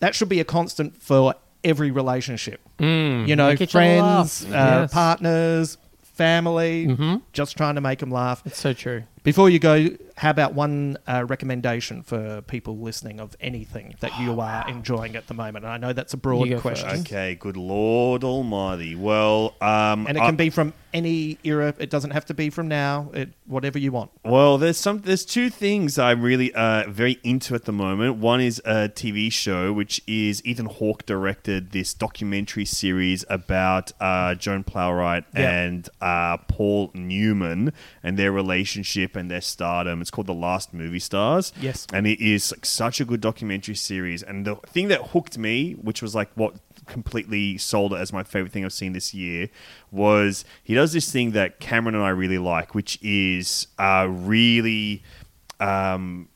[SPEAKER 1] That should be a constant for every relationship.
[SPEAKER 3] Mm.
[SPEAKER 1] you know,
[SPEAKER 2] make each other
[SPEAKER 1] friends, uh,
[SPEAKER 2] laugh. Yes.
[SPEAKER 1] partners, family.
[SPEAKER 3] Mm-hmm.
[SPEAKER 1] Just trying to make them laugh.
[SPEAKER 2] it's so true.
[SPEAKER 1] Before you go, how about one uh, recommendation for people listening of anything that you are enjoying at the moment? And I know that's a broad
[SPEAKER 2] You go
[SPEAKER 1] question,
[SPEAKER 2] first.
[SPEAKER 3] Okay, good Lord Almighty. Well, um,
[SPEAKER 1] and it
[SPEAKER 3] I-
[SPEAKER 1] can be from any era. It doesn't have to be from now. It whatever you want.
[SPEAKER 3] well. There's some. There's two things I'm really uh, very into at the moment. One is a TV show, which is Ethan Hawke directed this documentary series about uh, Joan Plowright
[SPEAKER 1] Yeah.
[SPEAKER 3] and uh, Paul Newman and their relationship and their stardom. It's called The Last Movie Stars.
[SPEAKER 1] Yes.
[SPEAKER 3] and it is like, such a good documentary series. And the thing that hooked me, which was like what completely sold it as my favorite thing I've seen this year, was he does this thing that Cameron and I really like, which is uh, really um,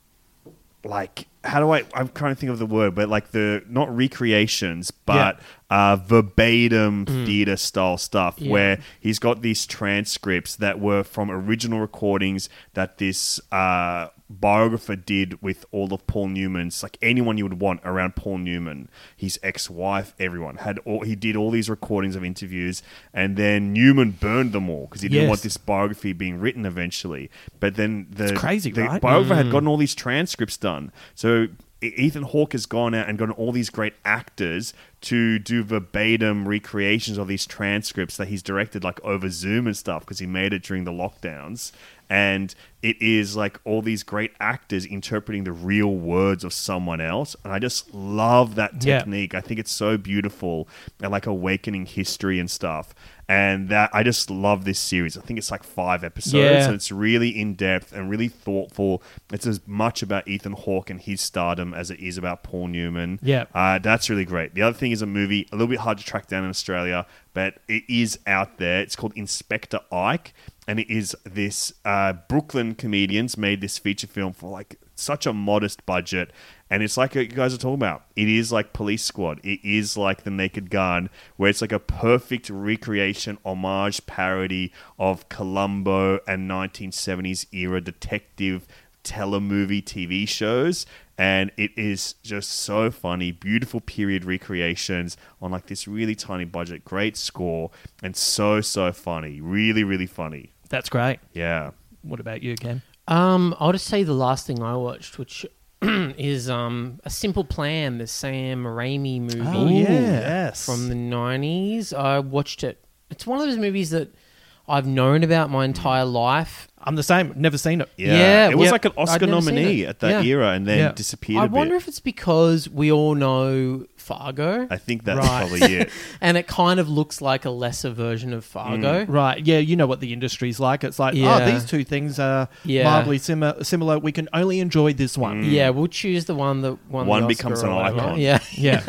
[SPEAKER 3] like how do I? I'm trying to think of the word, but like the not recreations, but uh, verbatim
[SPEAKER 1] Mm.
[SPEAKER 3] theater style stuff where he's got these transcripts that were from original recordings that this uh, biographer did with all of Paul Newman's, like anyone you would want around Paul Newman, his ex-wife, everyone had all. He did all these recordings of interviews, and then Newman burned them all because he didn't
[SPEAKER 1] Yes.
[SPEAKER 3] want this biography being written eventually. But then the
[SPEAKER 1] It's crazy,
[SPEAKER 3] the
[SPEAKER 1] right?
[SPEAKER 3] biographer had gotten all these transcripts done. So E- Ethan Hawke has gone out and gotten all these great actors to do verbatim recreations of these transcripts that he's directed, like over Zoom and stuff, because he made it during the lockdowns. And it is like all these great actors interpreting the real words of someone else. And I just love that
[SPEAKER 1] Yeah.
[SPEAKER 3] technique technique. I think it's so beautiful and like awakening history and stuff. And that I just love this series. I think it's like five episodes
[SPEAKER 2] Yeah.
[SPEAKER 3] and it's really in depth and really thoughtful. It's as much about Ethan Hawke and his stardom as it is about Paul Newman.
[SPEAKER 1] Yeah.
[SPEAKER 3] Uh, that's really great. The other thing is a movie, a little bit hard to track down in Australia, but it is out there. It's called Inspector Ike, and it is this uh, Brooklyn comedians made this feature film for like such a modest budget. And it's like what you guys are talking about. It is like Police Squad. It is like The Naked Gun, where it's like a perfect recreation, homage, parody of Columbo and 1970s era detective telemovie TV shows. and it is just so funny. Beautiful period recreations on like this really tiny budget, great score, and so so funny. Really, really funny.
[SPEAKER 1] That's great.
[SPEAKER 3] Yeah.
[SPEAKER 1] What about you, Cam?
[SPEAKER 2] Um, I'll just say the last thing I watched, which *clears throat* is um, A Simple Plan, the Sam Raimi movie
[SPEAKER 3] Oh,
[SPEAKER 1] yes.
[SPEAKER 2] from the 90s. I watched it. It's one of those movies that I've known about my entire life.
[SPEAKER 1] I'm the same. Never seen it.
[SPEAKER 3] Yeah.
[SPEAKER 2] Yeah,
[SPEAKER 3] it was
[SPEAKER 2] yeah.
[SPEAKER 3] like an
[SPEAKER 2] I'd
[SPEAKER 3] Oscar
[SPEAKER 2] never seen
[SPEAKER 3] nominee
[SPEAKER 2] it.
[SPEAKER 3] at that
[SPEAKER 2] Yeah.
[SPEAKER 3] era and then
[SPEAKER 1] Yeah.
[SPEAKER 3] disappeared a
[SPEAKER 2] I
[SPEAKER 3] bit.
[SPEAKER 2] wonder if it's because we all know Fargo.
[SPEAKER 3] I think that's
[SPEAKER 2] Right.
[SPEAKER 3] probably
[SPEAKER 2] *laughs*
[SPEAKER 3] it.
[SPEAKER 2] and it kind of looks like a lesser version of Fargo.
[SPEAKER 3] Mm.
[SPEAKER 1] Right. Yeah, you know what the industry's like. It's like,
[SPEAKER 2] Yeah.
[SPEAKER 1] oh, these two things are
[SPEAKER 2] Yeah. Mm.
[SPEAKER 1] mildly simi- similar. We can only enjoy this one.
[SPEAKER 2] Yeah, we'll choose the one that won the
[SPEAKER 3] One
[SPEAKER 2] Oscar
[SPEAKER 3] becomes
[SPEAKER 2] or
[SPEAKER 3] an
[SPEAKER 2] whatever.
[SPEAKER 3] icon. *laughs*
[SPEAKER 2] Yeah,
[SPEAKER 1] Yeah.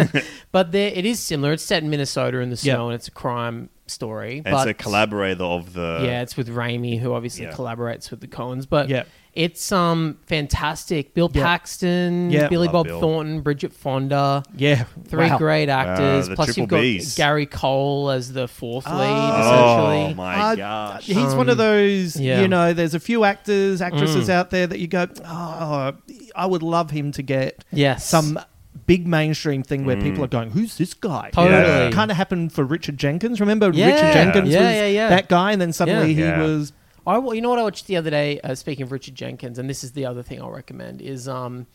[SPEAKER 2] but there it is similar. It's set in Minnesota in the snow,
[SPEAKER 1] Yeah.
[SPEAKER 2] and it's a crime story.
[SPEAKER 3] And
[SPEAKER 2] but
[SPEAKER 3] it's a collaborator of the
[SPEAKER 2] Yeah, it's with Raimi, who obviously
[SPEAKER 3] Yeah.
[SPEAKER 2] collaborates with the Coens. But
[SPEAKER 1] Yeah.
[SPEAKER 2] it's um fantastic. Bill
[SPEAKER 1] Yeah.
[SPEAKER 2] Paxton,
[SPEAKER 1] Yeah.
[SPEAKER 2] Billy
[SPEAKER 3] Love
[SPEAKER 2] Bob
[SPEAKER 3] Bill.
[SPEAKER 2] Thornton, Bridget Fonda.
[SPEAKER 1] Yeah.
[SPEAKER 2] Three
[SPEAKER 1] Wow.
[SPEAKER 2] great actors.
[SPEAKER 3] Uh, the
[SPEAKER 2] Plus, you've
[SPEAKER 3] triple
[SPEAKER 2] got
[SPEAKER 3] Bs.
[SPEAKER 2] Gary Cole as the fourth
[SPEAKER 1] Oh.
[SPEAKER 2] lead, essentially.
[SPEAKER 3] Oh my
[SPEAKER 1] Uh,
[SPEAKER 3] *laughs* gosh.
[SPEAKER 1] He's one of those,
[SPEAKER 2] Um, yeah. Mm.
[SPEAKER 1] you know, there's a few actors, actresses out there that you go, oh, I would love him to get
[SPEAKER 2] Yes.
[SPEAKER 1] some big mainstream thing where
[SPEAKER 3] Mm.
[SPEAKER 1] people are going, who's this guy?
[SPEAKER 2] Totally. Yeah.
[SPEAKER 1] Kind of happened for Richard Jenkins. Remember
[SPEAKER 2] Yeah.
[SPEAKER 1] Richard Jenkins
[SPEAKER 2] Yeah,
[SPEAKER 1] was
[SPEAKER 2] yeah, yeah.
[SPEAKER 1] that guy and then suddenly
[SPEAKER 2] Yeah.
[SPEAKER 1] he
[SPEAKER 3] Yeah.
[SPEAKER 1] was,
[SPEAKER 2] I wa- you know what I watched the other day. Uh, speaking of Richard Jenkins, and this is the other thing I'll recommend is um,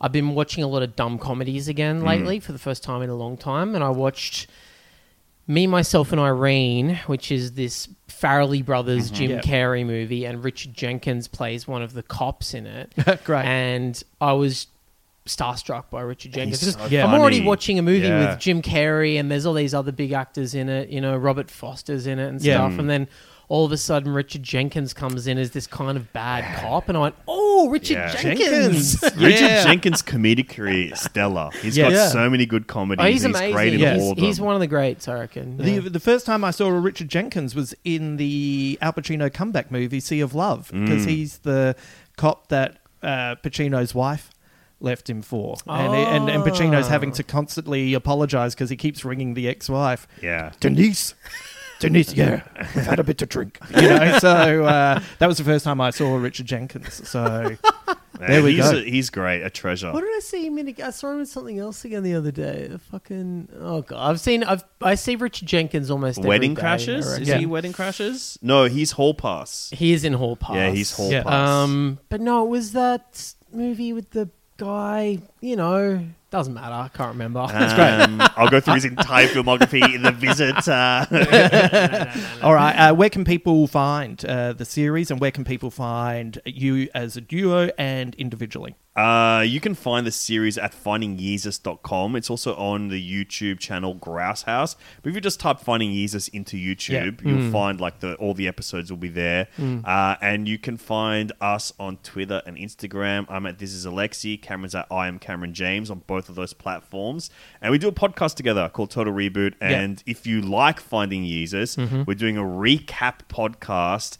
[SPEAKER 2] I've been watching a lot of dumb comedies
[SPEAKER 3] Hmm.
[SPEAKER 2] again lately for the first time in a long time, and I watched Me, Myself, and Irene, which is this Farrelly Brothers
[SPEAKER 3] Mm-hmm.
[SPEAKER 2] Jim
[SPEAKER 1] Yeah.
[SPEAKER 2] Carrey movie, and Richard Jenkins plays one of the cops in it.
[SPEAKER 1] *laughs* Great.
[SPEAKER 2] And I was starstruck by Richard Jenkins.
[SPEAKER 3] He's so
[SPEAKER 2] 'Cause
[SPEAKER 3] Yeah.
[SPEAKER 2] I'm already
[SPEAKER 3] funny.
[SPEAKER 2] watching a movie
[SPEAKER 3] Yeah.
[SPEAKER 2] with Jim Carrey, and there's all these other big actors in it. You know, Robert Foster's in it and
[SPEAKER 1] Yeah.
[SPEAKER 2] stuff. And then all of a sudden, Richard Jenkins comes in as this kind of bad cop, and I went, "Oh, Richard
[SPEAKER 3] Yeah.
[SPEAKER 2] Jenkins!
[SPEAKER 1] Jenkins.
[SPEAKER 3] Richard
[SPEAKER 1] Yeah.
[SPEAKER 3] Jenkins' comedic career is stellar. He's
[SPEAKER 1] Yeah.
[SPEAKER 3] got
[SPEAKER 1] Yeah.
[SPEAKER 3] so many good comedies.
[SPEAKER 2] oh, he's,
[SPEAKER 3] and
[SPEAKER 2] amazing.
[SPEAKER 3] great in
[SPEAKER 2] he's,
[SPEAKER 3] all of them.
[SPEAKER 2] he's one of the greats, I reckon."
[SPEAKER 1] The,
[SPEAKER 2] Yeah.
[SPEAKER 1] the first time I saw a Richard Jenkins was in the Al Pacino comeback movie Sea of Love because he's the cop that uh, Pacino's wife left him for, and, and and Pacino's having to constantly apologize because he keeps ringing the ex-wife.
[SPEAKER 3] yeah.
[SPEAKER 1] *laughs* Denise, Denise, yeah, we've had a bit to drink, you know. So uh, that was the first time I saw Richard Jenkins. *laughs* So there we
[SPEAKER 3] he's,
[SPEAKER 1] go.
[SPEAKER 3] A, he's great. A treasure.
[SPEAKER 2] What did I see him in? ag- I saw him in something else again the other day. A fucking oh god! I've seen I've I see Richard Jenkins almost every
[SPEAKER 3] Wedding
[SPEAKER 2] day, I
[SPEAKER 3] Crashes? Is
[SPEAKER 2] reckon.
[SPEAKER 3] he Wedding Crashes? No, he's Hall
[SPEAKER 2] *laughs*
[SPEAKER 3] Pass.
[SPEAKER 2] He is in Hall Pass.
[SPEAKER 3] Yeah, he's Hall
[SPEAKER 1] Yeah.
[SPEAKER 3] Pass.
[SPEAKER 2] Um, but no, it was that movie with the guy. You know, doesn't matter. I can't remember.
[SPEAKER 3] Um, I'll go through his entire filmography. The Visit. Uh,
[SPEAKER 1] All right. Uh, where can people find uh, the series, and where can people find you as a duo and individually?
[SPEAKER 3] uh, you can find the series at findingyesus.com. It's also on the YouTube channel Grouse House. But if you just type Finding Yeezus into YouTube, you'll find like the all the episodes will be there. Uh, and you can find us on Twitter and Instagram. I'm at This Is Alexi. Cameron's at I Am Cameron James on both of those platforms. And we do a podcast together called Total Reboot. And if you like Finding Yeezus, we're doing a recap podcast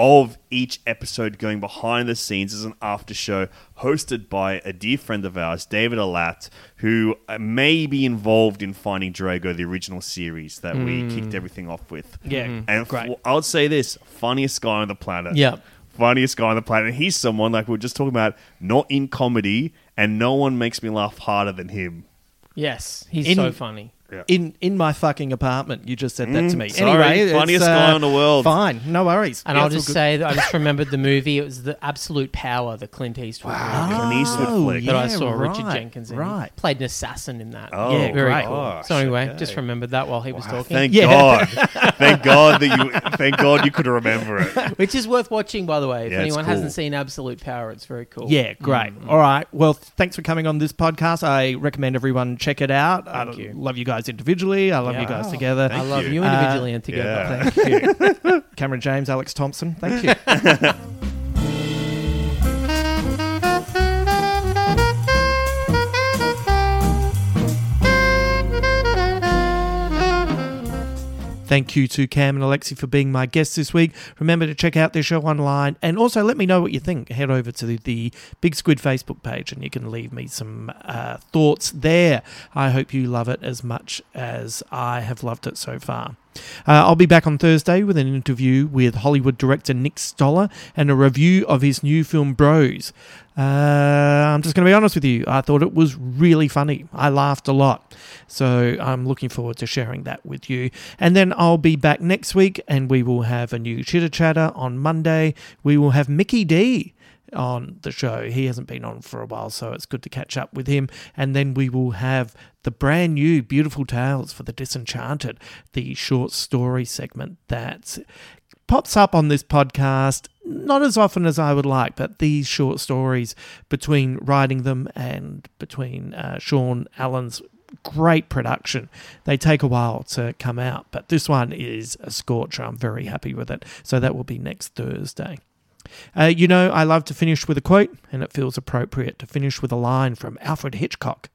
[SPEAKER 3] of each episode going behind the scenes as an after show hosted by a dear friend of ours, David Alat, who uh, may be involved in Finding Drago, the original series that we kicked everything off with.
[SPEAKER 1] Yeah, Mm.
[SPEAKER 3] And f-
[SPEAKER 1] great.
[SPEAKER 3] I would say this funniest guy on the planet.
[SPEAKER 2] Yeah.
[SPEAKER 3] Funniest guy on the planet. He's someone like we were just talking about, not in comedy, and no one makes me laugh harder than him.
[SPEAKER 2] yes, he's
[SPEAKER 1] In-
[SPEAKER 2] so funny.
[SPEAKER 1] in in my fucking apartment. You just said that to me.
[SPEAKER 3] Mm. sorry,
[SPEAKER 1] anyway, it's,
[SPEAKER 3] funniest
[SPEAKER 1] uh,
[SPEAKER 3] guy in the world.
[SPEAKER 1] Fine, no worries.
[SPEAKER 2] And
[SPEAKER 1] Yeah,
[SPEAKER 2] I'll
[SPEAKER 1] it's all
[SPEAKER 2] just
[SPEAKER 1] good.
[SPEAKER 3] *laughs*
[SPEAKER 2] say that I just remembered the movie. It was the Absolute Power, the Clint Eastwood movie
[SPEAKER 3] Clint Eastwood flick.
[SPEAKER 2] that I
[SPEAKER 1] Ah, Oh, yeah,
[SPEAKER 2] saw Richard
[SPEAKER 1] right,
[SPEAKER 2] Jenkins in. He
[SPEAKER 1] right.
[SPEAKER 2] played an assassin in that.
[SPEAKER 3] Oh,
[SPEAKER 2] yeah, very
[SPEAKER 1] great.
[SPEAKER 2] cool.
[SPEAKER 3] Gosh,
[SPEAKER 2] So anyway, just remembered that while he was talking.
[SPEAKER 3] Thank
[SPEAKER 1] Yeah.
[SPEAKER 3] God. thank God that you thank God you could remember it.
[SPEAKER 2] *laughs* Which is worth watching, by the way. If
[SPEAKER 3] Yeah, it's
[SPEAKER 2] anyone
[SPEAKER 3] cool.
[SPEAKER 2] hasn't seen Absolute Power, it's very cool.
[SPEAKER 1] Yeah, great.
[SPEAKER 2] Mm-hmm.
[SPEAKER 1] All right. Well, th- thanks for coming on this podcast. I recommend everyone check it out. I
[SPEAKER 2] Thank you.
[SPEAKER 1] love you guys individually. I love
[SPEAKER 2] Yeah.
[SPEAKER 1] you Uh, guys
[SPEAKER 2] Oh,
[SPEAKER 1] together.
[SPEAKER 2] I
[SPEAKER 1] *laughs*
[SPEAKER 2] love
[SPEAKER 3] you.
[SPEAKER 2] you, individually and together.
[SPEAKER 3] yeah.
[SPEAKER 2] *laughs*
[SPEAKER 1] Cameron James, Alex Thompson. Thank you. Thank you to Cam and Alexi for being my guests this week. Remember to check out their show online and also let me know what you think. Head over to the Big Squid Facebook page and you can leave me some uh, thoughts there. I hope you love it as much as I have loved it so far. Uh, I'll be back on Thursday with an interview with Hollywood director Nick Stoller and a review of his new film Bros. Uh, I'm just going to be honest with you. I thought it was really funny. I laughed a lot. So I'm looking forward to sharing that with you. And then I'll be back next week and we will have a new chitter chatter on Monday. We will have Mickey D on the show. He hasn't been on for a while, so it's good to catch up with him. And then we will have the brand new Beautiful Tales for the Disenchanted, the short story segment that pops up on this podcast not as often as I would like, but these short stories between writing them and between uh, Sean Allen's great production. They take a while to come out, but this one is a scorcher. I'm very happy with it. So that will be next Thursday. Uh, you know, I love to finish with a quote, and it feels appropriate to finish with a line from Alfred Hitchcock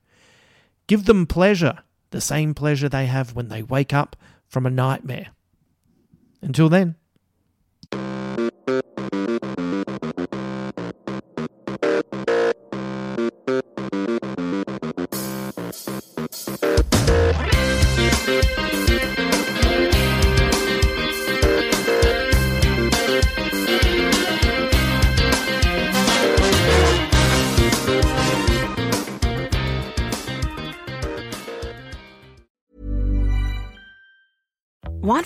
[SPEAKER 1] Give them pleasure, the same pleasure they have when they wake up from a nightmare. Until then.
[SPEAKER 6] Want